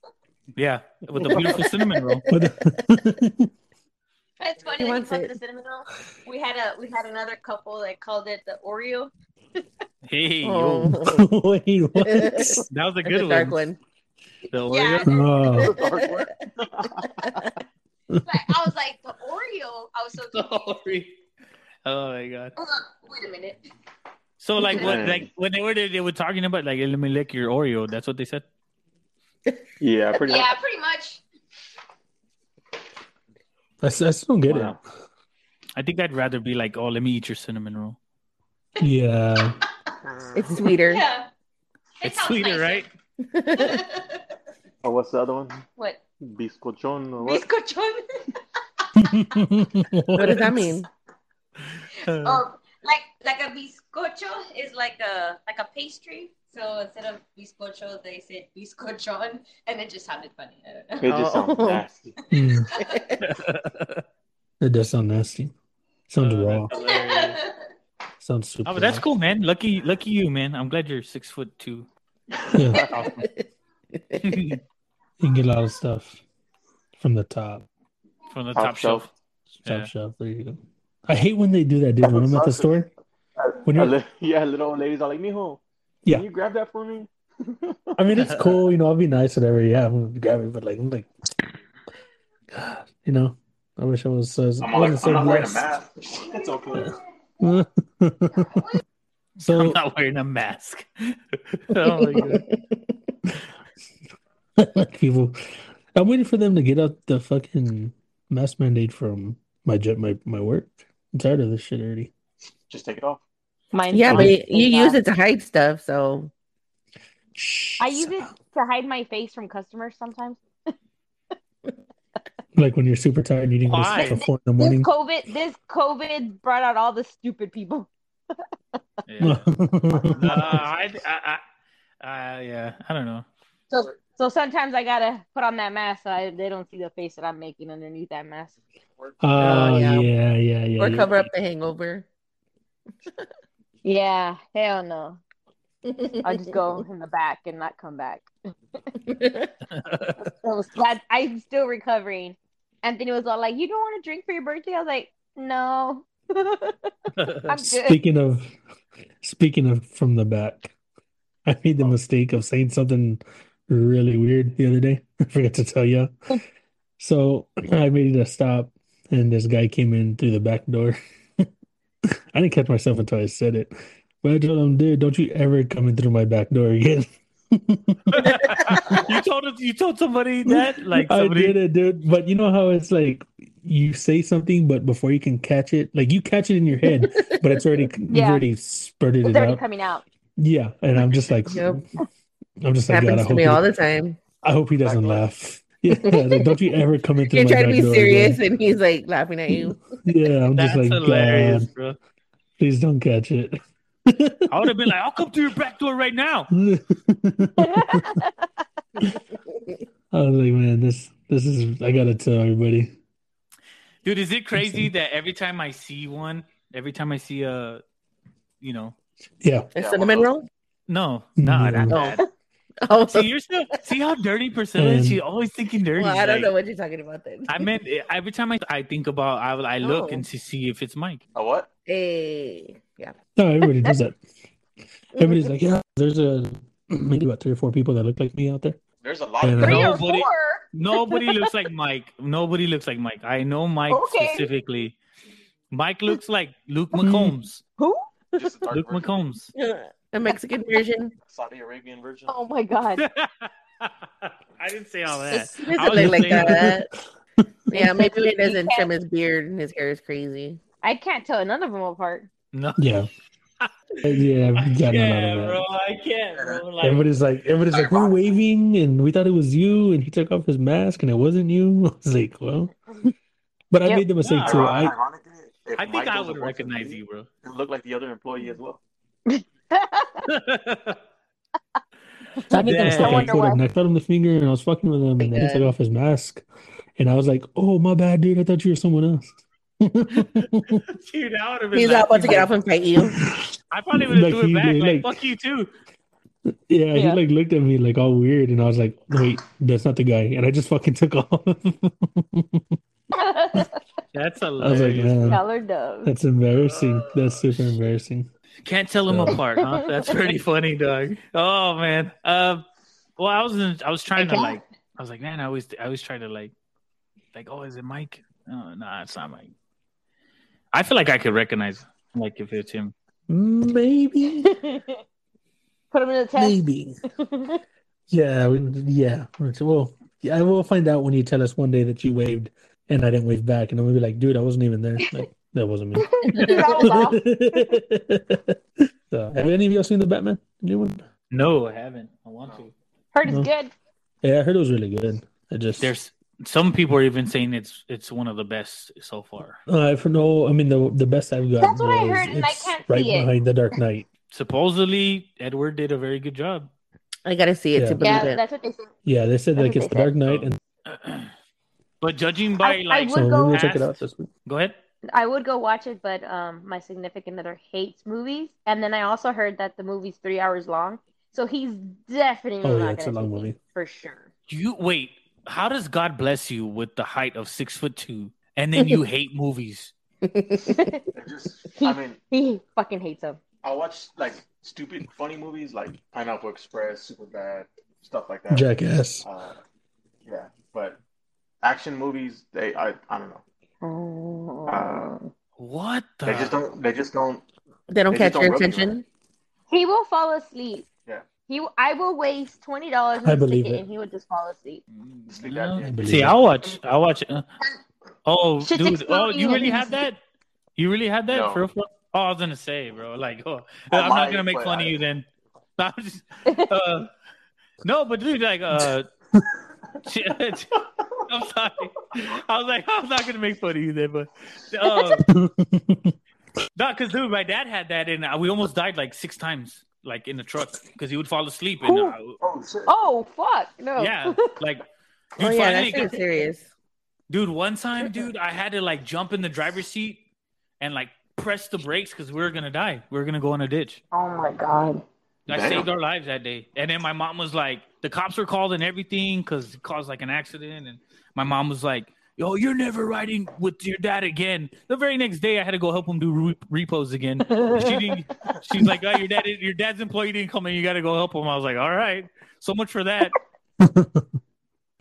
F: Yeah, with a beautiful cinnamon roll.
C: *laughs* What the- *laughs*
G: That's funny.
E: He
G: that you
E: wants
G: called it
E: it.
G: a cinnamon roll. We had a we had another couple that called it the Oreo.
F: Hey, yo,
E: Oh.
C: Wait,
E: *laughs*
C: what?
E: That's
F: that was a
E: a
F: good
E: dark
F: one.
E: one.
F: The
G: Yeah.
F: Oreo.
D: *laughs*
C: Oh,
G: Like, I was like the Oreo. I was so
F: The
G: confused.
F: *laughs* Oreo. Oh my god.
G: Hold on, Wait a minute.
F: So like what
D: Yeah.
F: like when they were there, they were talking about like let me lick your Oreo. That's what they said.
D: Yeah, pretty
G: Yeah, pretty much.
C: I, s- I still don't get
D: much. Wow.
F: I think I'd rather be like, oh, let me eat your cinnamon roll.
C: it. Yeah, *laughs*
E: It's sweeter.
G: Yeah. It
F: It's
G: sounds
F: sweeter,
G: nicer.
F: right? *laughs*
D: Oh, what's the other one?
G: *laughs* what?
D: Biscochon or what?
G: Biscochon?
E: What does that mean?
F: Uh,
G: um, like like a bizcocho is like a like a pastry. So instead of bizcocho, they said biscochon, and it just sounded funny. I don't know.
D: It just sounds *laughs*
E: Oh.
D: nasty.
C: Hmm, that does sound nasty. Sounds
G: Oh, *laughs*
F: Uh,
C: raw.
F: that's hilarious.
C: Sounds super.
F: Oh, but that's
C: raw.
F: cool, man. Lucky, lucky you, man. I'm glad you're six foot two. *laughs*
C: Yeah,
F: That's awesome.
C: you can get a lot of stuff from the top,
F: from the
D: Top
F: top,
D: shelf.
F: shelf.
C: top
F: Yeah.
C: shelf. There you go. I hate when they do that, dude. When I'm at the store, When
D: Uh,
C: you're-
D: li- yeah, little old ladies are like, mijo,
C: Yeah.
D: can you grab that for me?
C: I mean,
D: *laughs*
C: it's cool, you know. I'll be nice, whatever. Yeah, I'm gonna grab it, but like, I'm like, God, you know, I wish I was. Uh,
D: I'm
C: I
D: like,
C: wasn't so
D: I'm not wearing a
C: blessed.
D: mask. *laughs* It's okay.
C: *laughs*
F: *laughs*
C: so
F: I'm not wearing
C: *laughs*
F: a mask. oh my god.
C: like *laughs* people, I'm waiting for them to get out the fucking mask mandate from my jet, my my work. I'm tired of this shit already.
D: Just take it off.
G: Mine's
E: Yeah, but
G: mine
E: you
G: is
E: use
G: that.
E: it to hide stuff, so
G: I use it to hide my face from customers sometimes.
C: like when you're super tired, and you didn't go to
F: Why?
C: sleep till four in the
G: This
C: *laughs* morning.
G: COVID, this COVID brought out all the stupid people.
F: Yeah. Uh, I, I, I, uh, yeah, I don't know. *laughs*
G: So, so sometimes I gotta put on that mask so I, they don't see the face that I'm making underneath that mask.
C: Oh
E: Oh,
C: yeah,
E: yeah.
C: yeah, yeah, yeah.
E: or cover up the hangover.
G: Yeah, hell no. I'll just go in the back and not come back. I was glad I'm still recovering. Anthony was all like, "You don't want to drink for your birthday?" I was like, "No, *laughs* I'm good."
C: Speaking of, speaking of from the back, I made
E: Oh.
C: the mistake of saying something really weird the other day. *laughs* I forgot to
G: *laughs*
C: tell you. So I made a stop, and this guy came in through the back door. *laughs* I didn't catch myself until I said it, but I told him, "Dude, don't you ever come in through my back door again."
F: you told us- you told somebody that like
C: I
F: somebody
C: did it, dude. But you know how it's like you say something, but before you can catch it, like you catch it in your head,
F: *laughs*
C: but it's already you've
G: Yeah.
C: already spurted
G: It's
C: it
G: already
C: out.
G: coming out. *laughs*
C: Yeah, and I'm just like,
E: Yep.
C: I'm just like, God, I
E: happens to
C: hope,
E: me
C: he,
E: all the time.
C: I hope he doesn't laugh. *laughs* Yeah, like, don't you ever come into
E: You're
C: my
E: trying to
C: back
E: be
C: door
E: serious,
C: again.
E: and he's like laughing at you.
C: Yeah, I'm
F: That's
C: just like,
F: hilarious,
C: God,
F: bro.
C: please don't catch it. *laughs*
F: I would have been like, I'll come to your back door right now.
C: I was like, man, this this is I gotta tell everybody.
F: Dude, is it crazy that every time I see one, every time I see a, you know,
C: Yeah,
E: A
D: Yeah,
E: cinnamon
D: well-
E: roll?
F: no, not
C: No.
F: that bad.
E: *laughs* Oh,
F: See, you're still, see how dirty Priscilla is? She's always thinking dirty.
E: well, I don't
F: like-
E: know what you're talking about then.
F: I meant eh, every time I, I think about I I look
E: Oh.
F: and to see if it's Mike.
D: A what?
E: hey, yeah.
C: no, everybody does
E: *laughs*
C: that. Everybody's like, yeah, there's a *clears throat* maybe about three or four people that look like me out there.
D: There's a lot
C: Yeah,
D: of
C: no.
D: people.
G: Three or
F: Nobody-
G: four.
E: *laughs*
F: Nobody looks like Mike. Nobody looks like Mike. I know Mike
G: Okay.
F: specifically. Mike looks like Luke McCombs.
G: Who?
D: Just a dark
F: Luke
D: version.
E: *laughs*
F: McCombs.
E: A Mexican version.
D: Saudi Arabian version.
G: Oh my god.
F: I didn't say all that.
E: It's- He doesn't
F: I was
E: look like
F: just
E: that. *laughs* Yeah, maybe he
G: He
E: doesn't
G: can't-
E: trim his beard and his hair is crazy.
G: I can't tell none of them apart. *laughs*
F: No.
C: Yeah, yeah,
F: I *laughs*
C: we got none out of
F: can't,
C: that.
F: bro. I can't, bro. Like,
C: Everybody's like, everybody's like, we're waving, and we thought it was you, and he took off his mask, and it wasn't you. *laughs* I was like, well, but I
G: Yep.
C: made the mistake
F: Yeah.
C: too. I
D: Ironically, if
F: I think
D: Mike
F: I
D: was
F: would
D: the one to
F: recognize
D: leave,
F: you, bro.
D: It looked like the other employee as well.
C: I made the
F: Yeah.
C: mistake.
F: I
C: I
G: wonder
C: told
G: why.
C: him, I cut him the finger, and I was fucking with him, and then he took
E: God.
C: off his mask, and I was like, oh my bad, dude, I thought you were someone else. *laughs*
F: *laughs* Dude, I would have been
E: He's
F: like,
E: all about to get off and fight you.
F: I probably would have
C: Like,
F: threw
C: he-
F: it back.
C: like-
F: Like, fuck you too.
C: Yeah, he
G: Yeah.
C: like looked at me like all weird, and I was like, wait, that's not the guy, and I just fucking took off. *laughs*
F: That's
C: I was like,
F: hilarious.
C: man,
G: Y'all are
C: *laughs*
G: dumb.
C: that's embarrassing. That's super embarrassing.
F: Can't tell them
C: Yeah.
F: apart, huh? That's pretty funny, dog. Oh man. Uh, well, I was in, I was trying to
G: Okay.
F: like I was like, man, I always I always try to like like oh, is it Mike? No, nah, it's not Mike. I feel like I could recognize like if it's him.
G: *laughs*
C: Maybe,
G: Put them in the test.
C: maybe.
G: *laughs*
C: Yeah, we, yeah. Well, yeah, we'll find out when you tell us one day that you waved and I didn't wave back, and then we'll be like, dude, I wasn't even there. Like, that wasn't me.
G: That was off.
C: *laughs* So, have any of y'all seen the Batman new one?
F: No, I haven't. I want to.
G: Heard
C: No.
G: is good.
C: Yeah, I heard it was really good. I just
F: There's some people are even saying it's it's one of the best so far.
C: uh, I've no. I mean, the the best I've got
G: That's what I
C: was
G: heard, and I
C: it's
G: can't
C: right
G: see it.
C: behind The Dark Knight.
F: Supposedly, Edward did a very good job. *clears throat*
E: I gotta see it
C: Yeah.
E: to believe
G: Yeah,
E: it.
G: that's what they said.
C: Yeah, they said
G: That's
C: like
G: what
C: it's
G: they
C: The
G: said.
C: Dark Knight, and
F: But judging by
G: I
F: like,
G: would
C: so we
G: go-
C: will check it
F: past-
C: out this week.
F: go ahead.
G: I would go watch it, but um, my significant other hates movies, and then I also heard that the movie's three hours long, so he's definitely
C: Oh,
G: not
C: yeah, it's a
G: gonna
C: long
G: take me,
C: movie.
G: for sure. *laughs*
F: You wait. how does God bless you with the height of six foot two, and then you hate movies?
D: It just, I mean,
G: he fucking hates him.
D: I watch like stupid funny movies like Pineapple Express, Super Bad, stuff like that.
C: Jackass.
D: Uh, yeah, but action movies, they I I don't know.
G: Oh.
F: What the?
D: They just don't. They just don't.
E: *laughs* They don't
D: They just
E: catch
D: don't
E: your
D: rub you
E: attention.
G: He will fall asleep.
D: Yeah.
G: He, will- I will waste twenty dollars on
C: I
G: a
C: believe
G: ticket,
C: it.
G: and he would just fall asleep.
D: Speak that, yeah.
C: I believe
F: See,
C: it.
F: I'll watch. I'll watch. uh, oh,
G: Shit's
F: dude! Oh,
G: exploding
F: you really
G: and-
F: had that? You really had that
D: No.
F: for real? for real? Oh, I was gonna say, bro. Like, oh,
D: I
F: I'm not
D: might,
F: gonna make
D: but
F: fun of
D: I-
F: you then. *laughs* No,
E: *laughs*
F: I'm just- uh, no, but dude, like, uh, shit, *laughs* I'm sorry. I was like, *laughs* I'm not gonna make fun of you then,
E: *laughs*
F: but uh, no, because dude, my dad had that, and uh, we almost died like six times, like in the truck, because he would fall asleep, and uh,
D: Oh shit!
G: Oh fuck no!
E: *laughs*
F: yeah, like. Dude,
E: Oh yeah,
F: finally
E: that's
F: got-
E: pretty serious.
F: Dude, one time, dude, I had to like jump in the driver's seat and like press the brakes because we were gonna die. We were gonna go in a ditch.
G: Oh my god.
F: I
D: Damn.
F: saved our lives that day. And then my mom was like, the cops were called and everything because it caused like an accident. And my mom was like, "Yo, you're never riding with your dad again." The very next day, I had to go help him do re- repos again. She didn't, she's like, "Oh, your dad, your dad's employee didn't come in. You got to go help him." I was like, "All right, so much for that."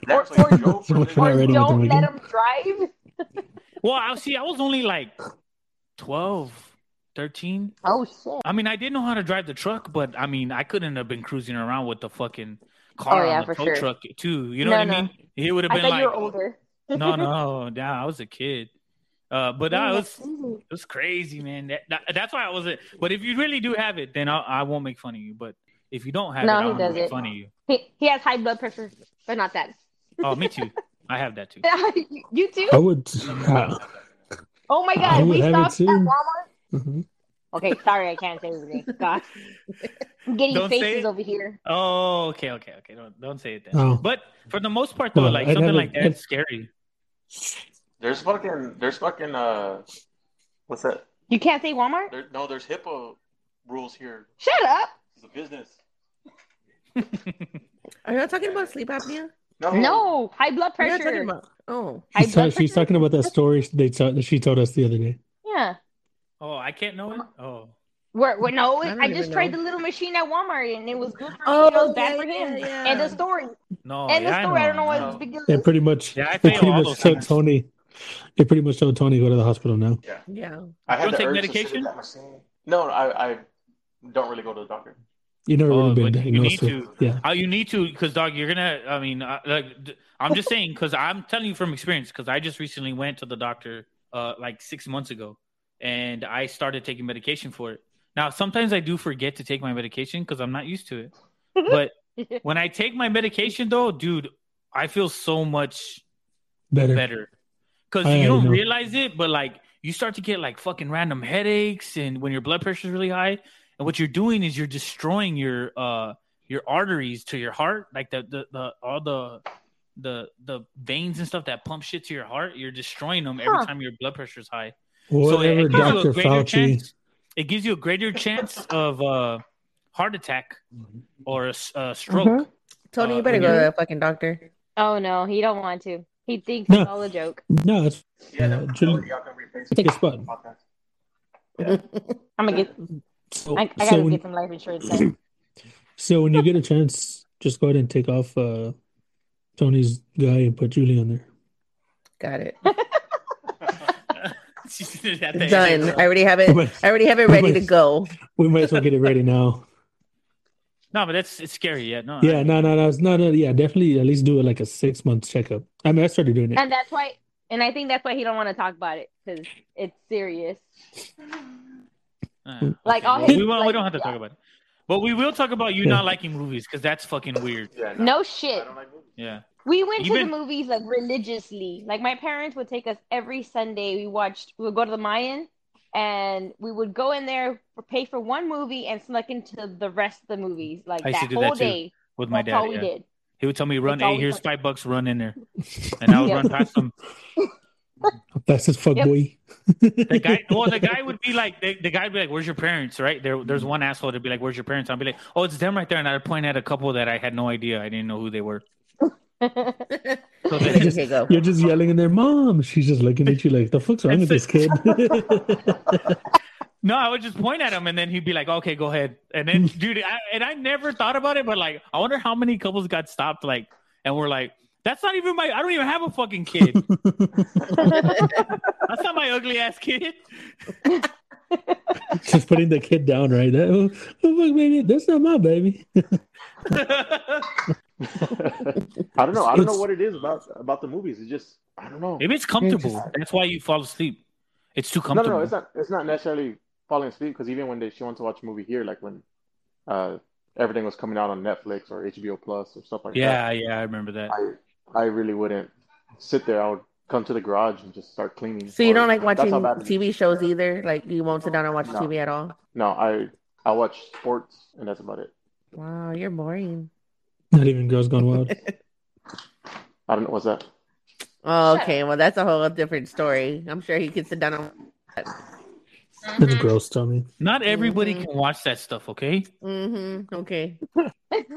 D: That's
G: or-
D: like a joke
C: or-
D: from
C: We're
G: Or
D: the-
C: already with
G: don't
C: him
G: let
C: again.
G: him drive.
F: Well, I see. I was only like 12, 13.
G: Oh shit.
F: I mean, I did know how to drive the truck, but I mean, I couldn't have been cruising around with the fucking car
G: Oh, yeah,
F: on the
G: for
F: tow
G: sure.
F: truck too. You know
G: No,
F: what
G: no.
F: I mean? It would have
G: I
F: been
G: thought you
F: like,
G: were older.
F: *laughs*
G: *laughs*
F: no, no, nah, I was a kid. Uh, but
G: Mm-hmm.
F: that was it was crazy, man. That, that that's why I wasn't. But if you really do have it, then I, I won't make fun of you. But if you don't have
G: No,
F: it, I
G: he
F: won't make
G: doesn't.
F: fun of you.
G: He, he has high blood pressure, but not that. *laughs*
F: Oh, me too. I have that too.
G: You- you too?
C: I would.
G: Oh my
C: I
G: god,
C: would
G: we
C: have it
G: stopped at
C: too.
G: Walmart.
C: *laughs* Mhm.
G: Okay, sorry, I can't say anything. God, I'm getting
F: Don't say
G: faces
F: it.
G: over here.
F: Oh, okay, okay, okay. Don't don't say it then.
C: Oh.
F: But for the most part, though,
C: Well,
F: like
C: I'd
F: something
C: have
F: like
C: it-
F: that's scary.
D: There's fucking. There's fucking. Uh, what's that?
G: You can't say Walmart.
D: There, no, there's HIPAA rules here.
G: Shut up.
D: It's a business.
E: Are y'all talking about sleep apnea?
D: No.
G: No, high blood
E: What are y'all talking
G: pressure.
E: about? Oh,
G: High
C: She's, ta-
G: blood
C: she's
G: pressure?
C: talking about that story they t- that she told us the other day.
G: Yeah.
F: Oh, I can't know it. Oh,
G: Where, where, no,
E: I
G: I,
E: don't even
G: just tried
E: know.
G: the little machine at Walmart and it was good for
E: Oh,
G: me. It was bad
E: yeah,
G: for him.
E: yeah, yeah.
G: And the story.
F: no.
G: and the
F: Oh, yeah,
G: story. I don't know why
D: know.
G: it's big deal.
C: It pretty much.
F: Yeah, I
C: It
F: fail
C: pretty
F: all
C: much
F: those
C: told
F: things.
C: Tony. It pretty much told Tony go to the hospital now.
E: yeah.
D: I had
F: Don't
D: the urge To
F: take
D: sit
F: medication?
D: in that machine. No, I, I don't really go to the doctor.
C: You never
F: Oh,
C: really been
F: but you need
C: diagnosed with.
F: to.
C: Yeah.
F: Oh, you need to, because dog, you're gonna. I mean, uh, like, d- I'm just saying, because I'm telling you from experience, because I just recently went to the doctor, uh, like six months ago, and I started taking medication for it. Now, sometimes I do forget to take my medication because I'm not used to it. But when I take my medication, though, dude, I feel so much
C: Better.
F: better because
C: I
F: you don't
C: know.
F: realize it, but like you start to get like fucking random headaches, and when your blood pressure is really high, and what you're doing is you're destroying your uh your arteries to your heart, like the the, the all the the the veins and stuff that pump shit to your heart. You're destroying them every
G: Huh.
F: time your blood pressure is high.
C: Whatever,
F: so it, it gives you
C: Doctor
F: a greater
C: Fauci.
F: chance. It gives you a greater chance of uh heart attack
C: Mm-hmm.
F: or a, s- a stroke.
G: Mhm.
E: Tony,
F: Uh,
E: you better
F: when
E: go to
F: you're-
E: the fucking doctor.
G: Oh no, he don't want to. He thinks
C: No.
G: it's all a joke.
C: No, it's
D: Yeah, that,
C: Uh, Jim-
D: y'all can replace
C: it's a
D: it.
C: good spot.
D: Okay.
G: I'm gonna get.
C: So,
G: I, I gotta
C: so when,
G: get some life insurance. then.
C: so when you get a chance, just go ahead and take off uh, Tony's guy and put Julie on there.
E: Got it.
F: *laughs* She's gonna have to edit
E: Done. I already have it.
C: Come on.
E: I already have it ready to
C: Come on.
E: go.
C: We might as well get it ready
F: *laughs*
C: now.
F: No, but that's it's scary. Yeah, no.
C: Yeah, no, no, no, it's not. A, yeah, definitely at least do it like a six month checkup. I mean, I started doing it.
G: and that's why. And I think that's why he don't want to talk about it because it's serious.
F: Uh,
G: Like,
F: okay,
G: all
F: well,
G: his-
F: we, won't, we
G: like,
F: don't have to
G: yeah.
F: talk about it. But we will talk about you
C: Yeah.
F: not liking movies because that's fucking weird.
D: Yeah,
G: No
D: I
G: shit.
D: don't like
F: *laughs*
D: movies.
F: Yeah.
G: We went to
F: Even-
G: the movies like religiously. Like my parents would take us every Sunday. We watched. We would go to the Mayan, and we would go in there, pay for one movie, and snuck into the rest of the movies. Like
F: I used
G: that
F: to do that
G: whole
F: too.
G: day.
F: With my
G: That's
F: dad.
G: all we
F: yeah.
G: did.
F: He would tell me, run,
G: That's all
F: hey,
G: we
F: here's
G: did.
F: five bucks, run
G: *laughs*
F: in there. And I would
G: Yeah.
F: run past him.
C: *laughs* That's his fuck
G: Yep.
C: boy.
F: The
G: *laughs*
F: guy well, the guy would be like the, the guy would be like, Where's your parents? Right? There there's one asshole that'd be like, Where's your parents? I'd be like, Oh, it's them right there. And I'd point at a couple that I had no idea. I didn't know who they were.
C: just-
E: okay, go.
C: *laughs* *laughs* You're just yelling in their mom. She's just looking at you like, the fuck's wrong with this kid? *laughs*
F: No, I would just point at him, and then he'd be like, "Okay, go ahead." And
C: *laughs*
F: then, dude, I, and I never thought about it, but like, I wonder how many couples got stopped, like, and were like, "That's not even my. I don't even have a
C: *laughs*
F: fucking kid. That's not my ugly ass kid." *laughs*
C: just putting the kid down, right? That, oh, oh, fuck, baby, that's not my baby.
D: *laughs* I don't know. I don't know
C: It's-
D: what it is about about the movies. It's just I don't know.
F: Maybe it's comfortable. That's why you fall asleep. It's too
D: No,
F: comfortable.
D: no, no. It's not. It's not necessarily falling asleep because even when they, she wants to watch a movie here, like when uh, everything was coming out on Netflix or HBO Plus or stuff like
F: yeah, yeah, I remember that.
D: that, I I really wouldn't sit there. I would come to the garage and just start cleaning.
E: So you
D: Or-
E: don't like
D: that's
E: watching
D: how bad it is.
E: TV shows either? Like you won't sit down and watch
D: No.
E: TV at all?
D: No, I I watch sports and that's about it.
E: Wow, you're boring.
C: Not even Girls Gone Wild.
D: I don't know what's that.
E: Oh,
I: Shut
E: okay, well that's a whole different story. I'm sure he could sit down and.
C: That's
G: *laughs*
C: *laughs*
I: Mhm.
C: gross, Tommy.
F: Not everybody
E: Mhm.
D: Mm.
F: can watch that stuff, okay?
E: Mm-hmm. Okay.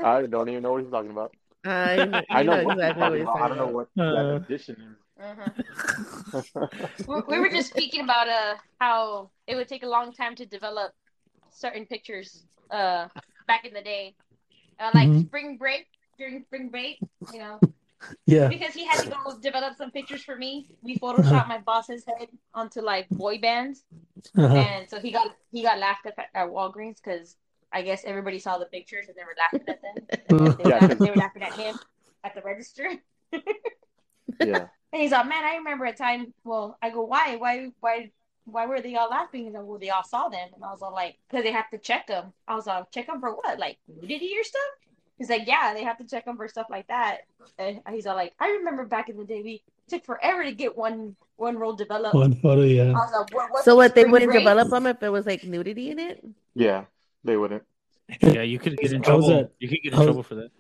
D: I don't even know what he's talking about. *laughs*
E: I, kn-
D: I
E: you
D: know,
E: know,
D: what he's
E: exactly what
D: talking
E: he's
D: about.
E: talking
D: I don't know
E: about.
D: what
F: Uh.
D: that addition is.
G: we Mm-hmm. we were just speaking about uh how it would take a long time to develop certain pictures uh back in the day, uh, like
C: Mhm.
G: spring break during spring break, you know,
C: Yeah.
G: because he had to go develop some pictures for me. We photoshopped my boss's head onto like boy bands, *laughs*
C: Uh-huh.
G: and so he got he got laughed at at Walgreens because I guess everybody saw the pictures and they were laughing at them.
C: *laughs*
G: They were,
D: Yeah,
G: laughing,
D: 'cause-
G: they were laughing at him at the register.
C: Uh.
D: yeah.
G: And he's like, man, I remember a time. Well, I go, why, why, why, why were they all laughing? He's like, well, they all saw them. And I was all like, because they have to check them. I was like, check them for what? Like nudity or stuff? He's like, yeah, they have to check them for stuff like that. And he's all like, I remember back in the day, we took forever to get one one roll developed.
C: One photo,
G: I
C: yeah. *clears throat*
G: was like, what, what's
E: So what? They
G: spring
E: wouldn't
G: break?
E: develop them if there was like nudity in it.
D: Yeah. They wouldn't.
F: Yeah, you could get in
C: How's
F: trouble.
C: that?
F: You could get in
C: How's-
F: trouble for that.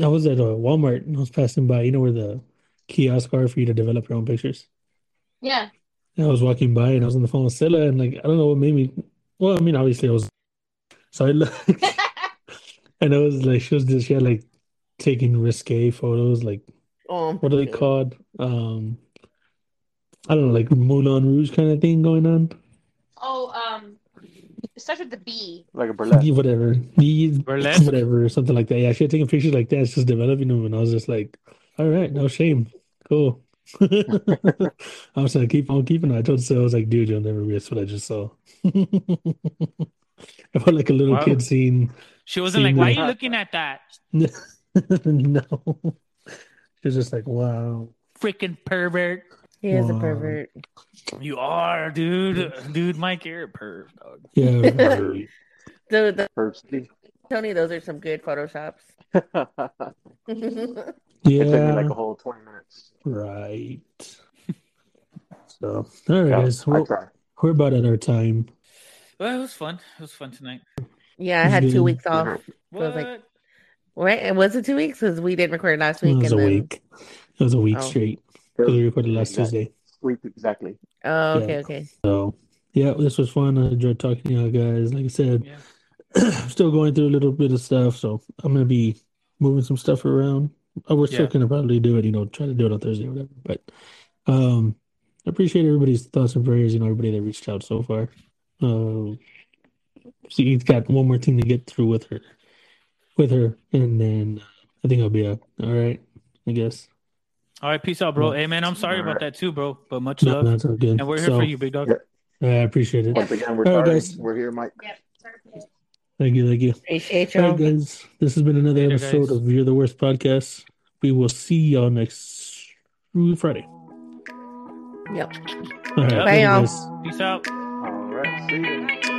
C: I was at a Walmart and I was passing by, you know, where the kiosks are for you to develop your own pictures.
G: Yeah.
C: And I was walking by and I was on the phone with Scylla and like I don't know what made me well, I mean obviously I was so I looked *laughs* and I was like she was just she had like taking risque photos, like
E: Oh,
C: what are they called? Um I don't know, like Moulin Rouge kind of thing going on.
G: oh, um, it starts with the B.
D: Like a burlesque.
C: Yeah, Whatever. These
F: Burlesque?
C: whatever, something like that. Yeah, she had taken pictures like that, it's just developing them and I was just like, All right, no shame. Cool. *laughs* I was like, keep on keeping. on. I told Scylla, I was like, dude, you'll never guess what I just saw. *laughs* I felt like a little
F: Wow.
C: kid seeing
F: She wasn't
C: Seen
F: like, "Why
C: that.
F: are you looking at that
C: *laughs* no. She's just like, wow.
F: freaking pervert?"
E: He is a
C: Wow.
E: pervert.
F: You are, dude. Dude, Mike, you're a perv, dog.
C: Yeah. right.
E: Dude, th-
D: Herbsty.
E: Tony, those are some good photoshops.
D: *laughs*
E: *laughs*
D: it
C: yeah.
D: took me like a whole 20 minutes.
C: right. So, all right,
D: Yeah,
C: guys.
D: I
C: We're,
D: tried.
C: we're about at our time.
F: Well, it was fun. It was fun tonight.
E: yeah, I had
C: Dude.
E: two weeks off.
F: What?
E: was like- Right? And was it two weeks? Because we didn't record last
C: It
E: week.
C: was a
E: and then,
C: week. It was a week
E: Oh.
C: straight. 'cause We recorded last
D: Exactly.
C: Tuesday.
D: Sweet, exactly.
E: Oh,
C: Yeah.
E: okay, okay.
C: So, yeah, this was fun. I enjoyed talking to you guys. Like I said, *clears throat*
F: Yeah.
C: I'm still going through a little bit of stuff, so I'm gonna be moving some stuff around. Oh, we're still
F: Yeah.
C: gonna probably do it, you know, try to do it on Thursday or whatever. But um I appreciate everybody's thoughts and prayers, you know, everybody that reached out so far. Uh, she's got one more thing to get through with her with her and then uh, I think I'll be up. All right, I guess.
F: All right, peace out, bro. Hey, man, I'm sorry about that too, bro. But much
C: No,
F: love,
C: that's all good.
F: and we're here
C: So
F: for you, big dog.
D: Yeah.
C: I appreciate it.
D: Once again, we're
C: All right,
D: sorry.
C: guys.
D: We're here, Mike.
C: Thank you, thank you.
E: Appreciate
C: All right,
E: you.
C: guys. This has been another
F: Later,
C: episode
F: guys.
C: of You're the Worst Podcast. We will see y'all next Friday.
E: Yep.
C: All right,
F: Yep.
E: Bye, y'all.
C: guys.
F: Peace out.
D: All right. See you.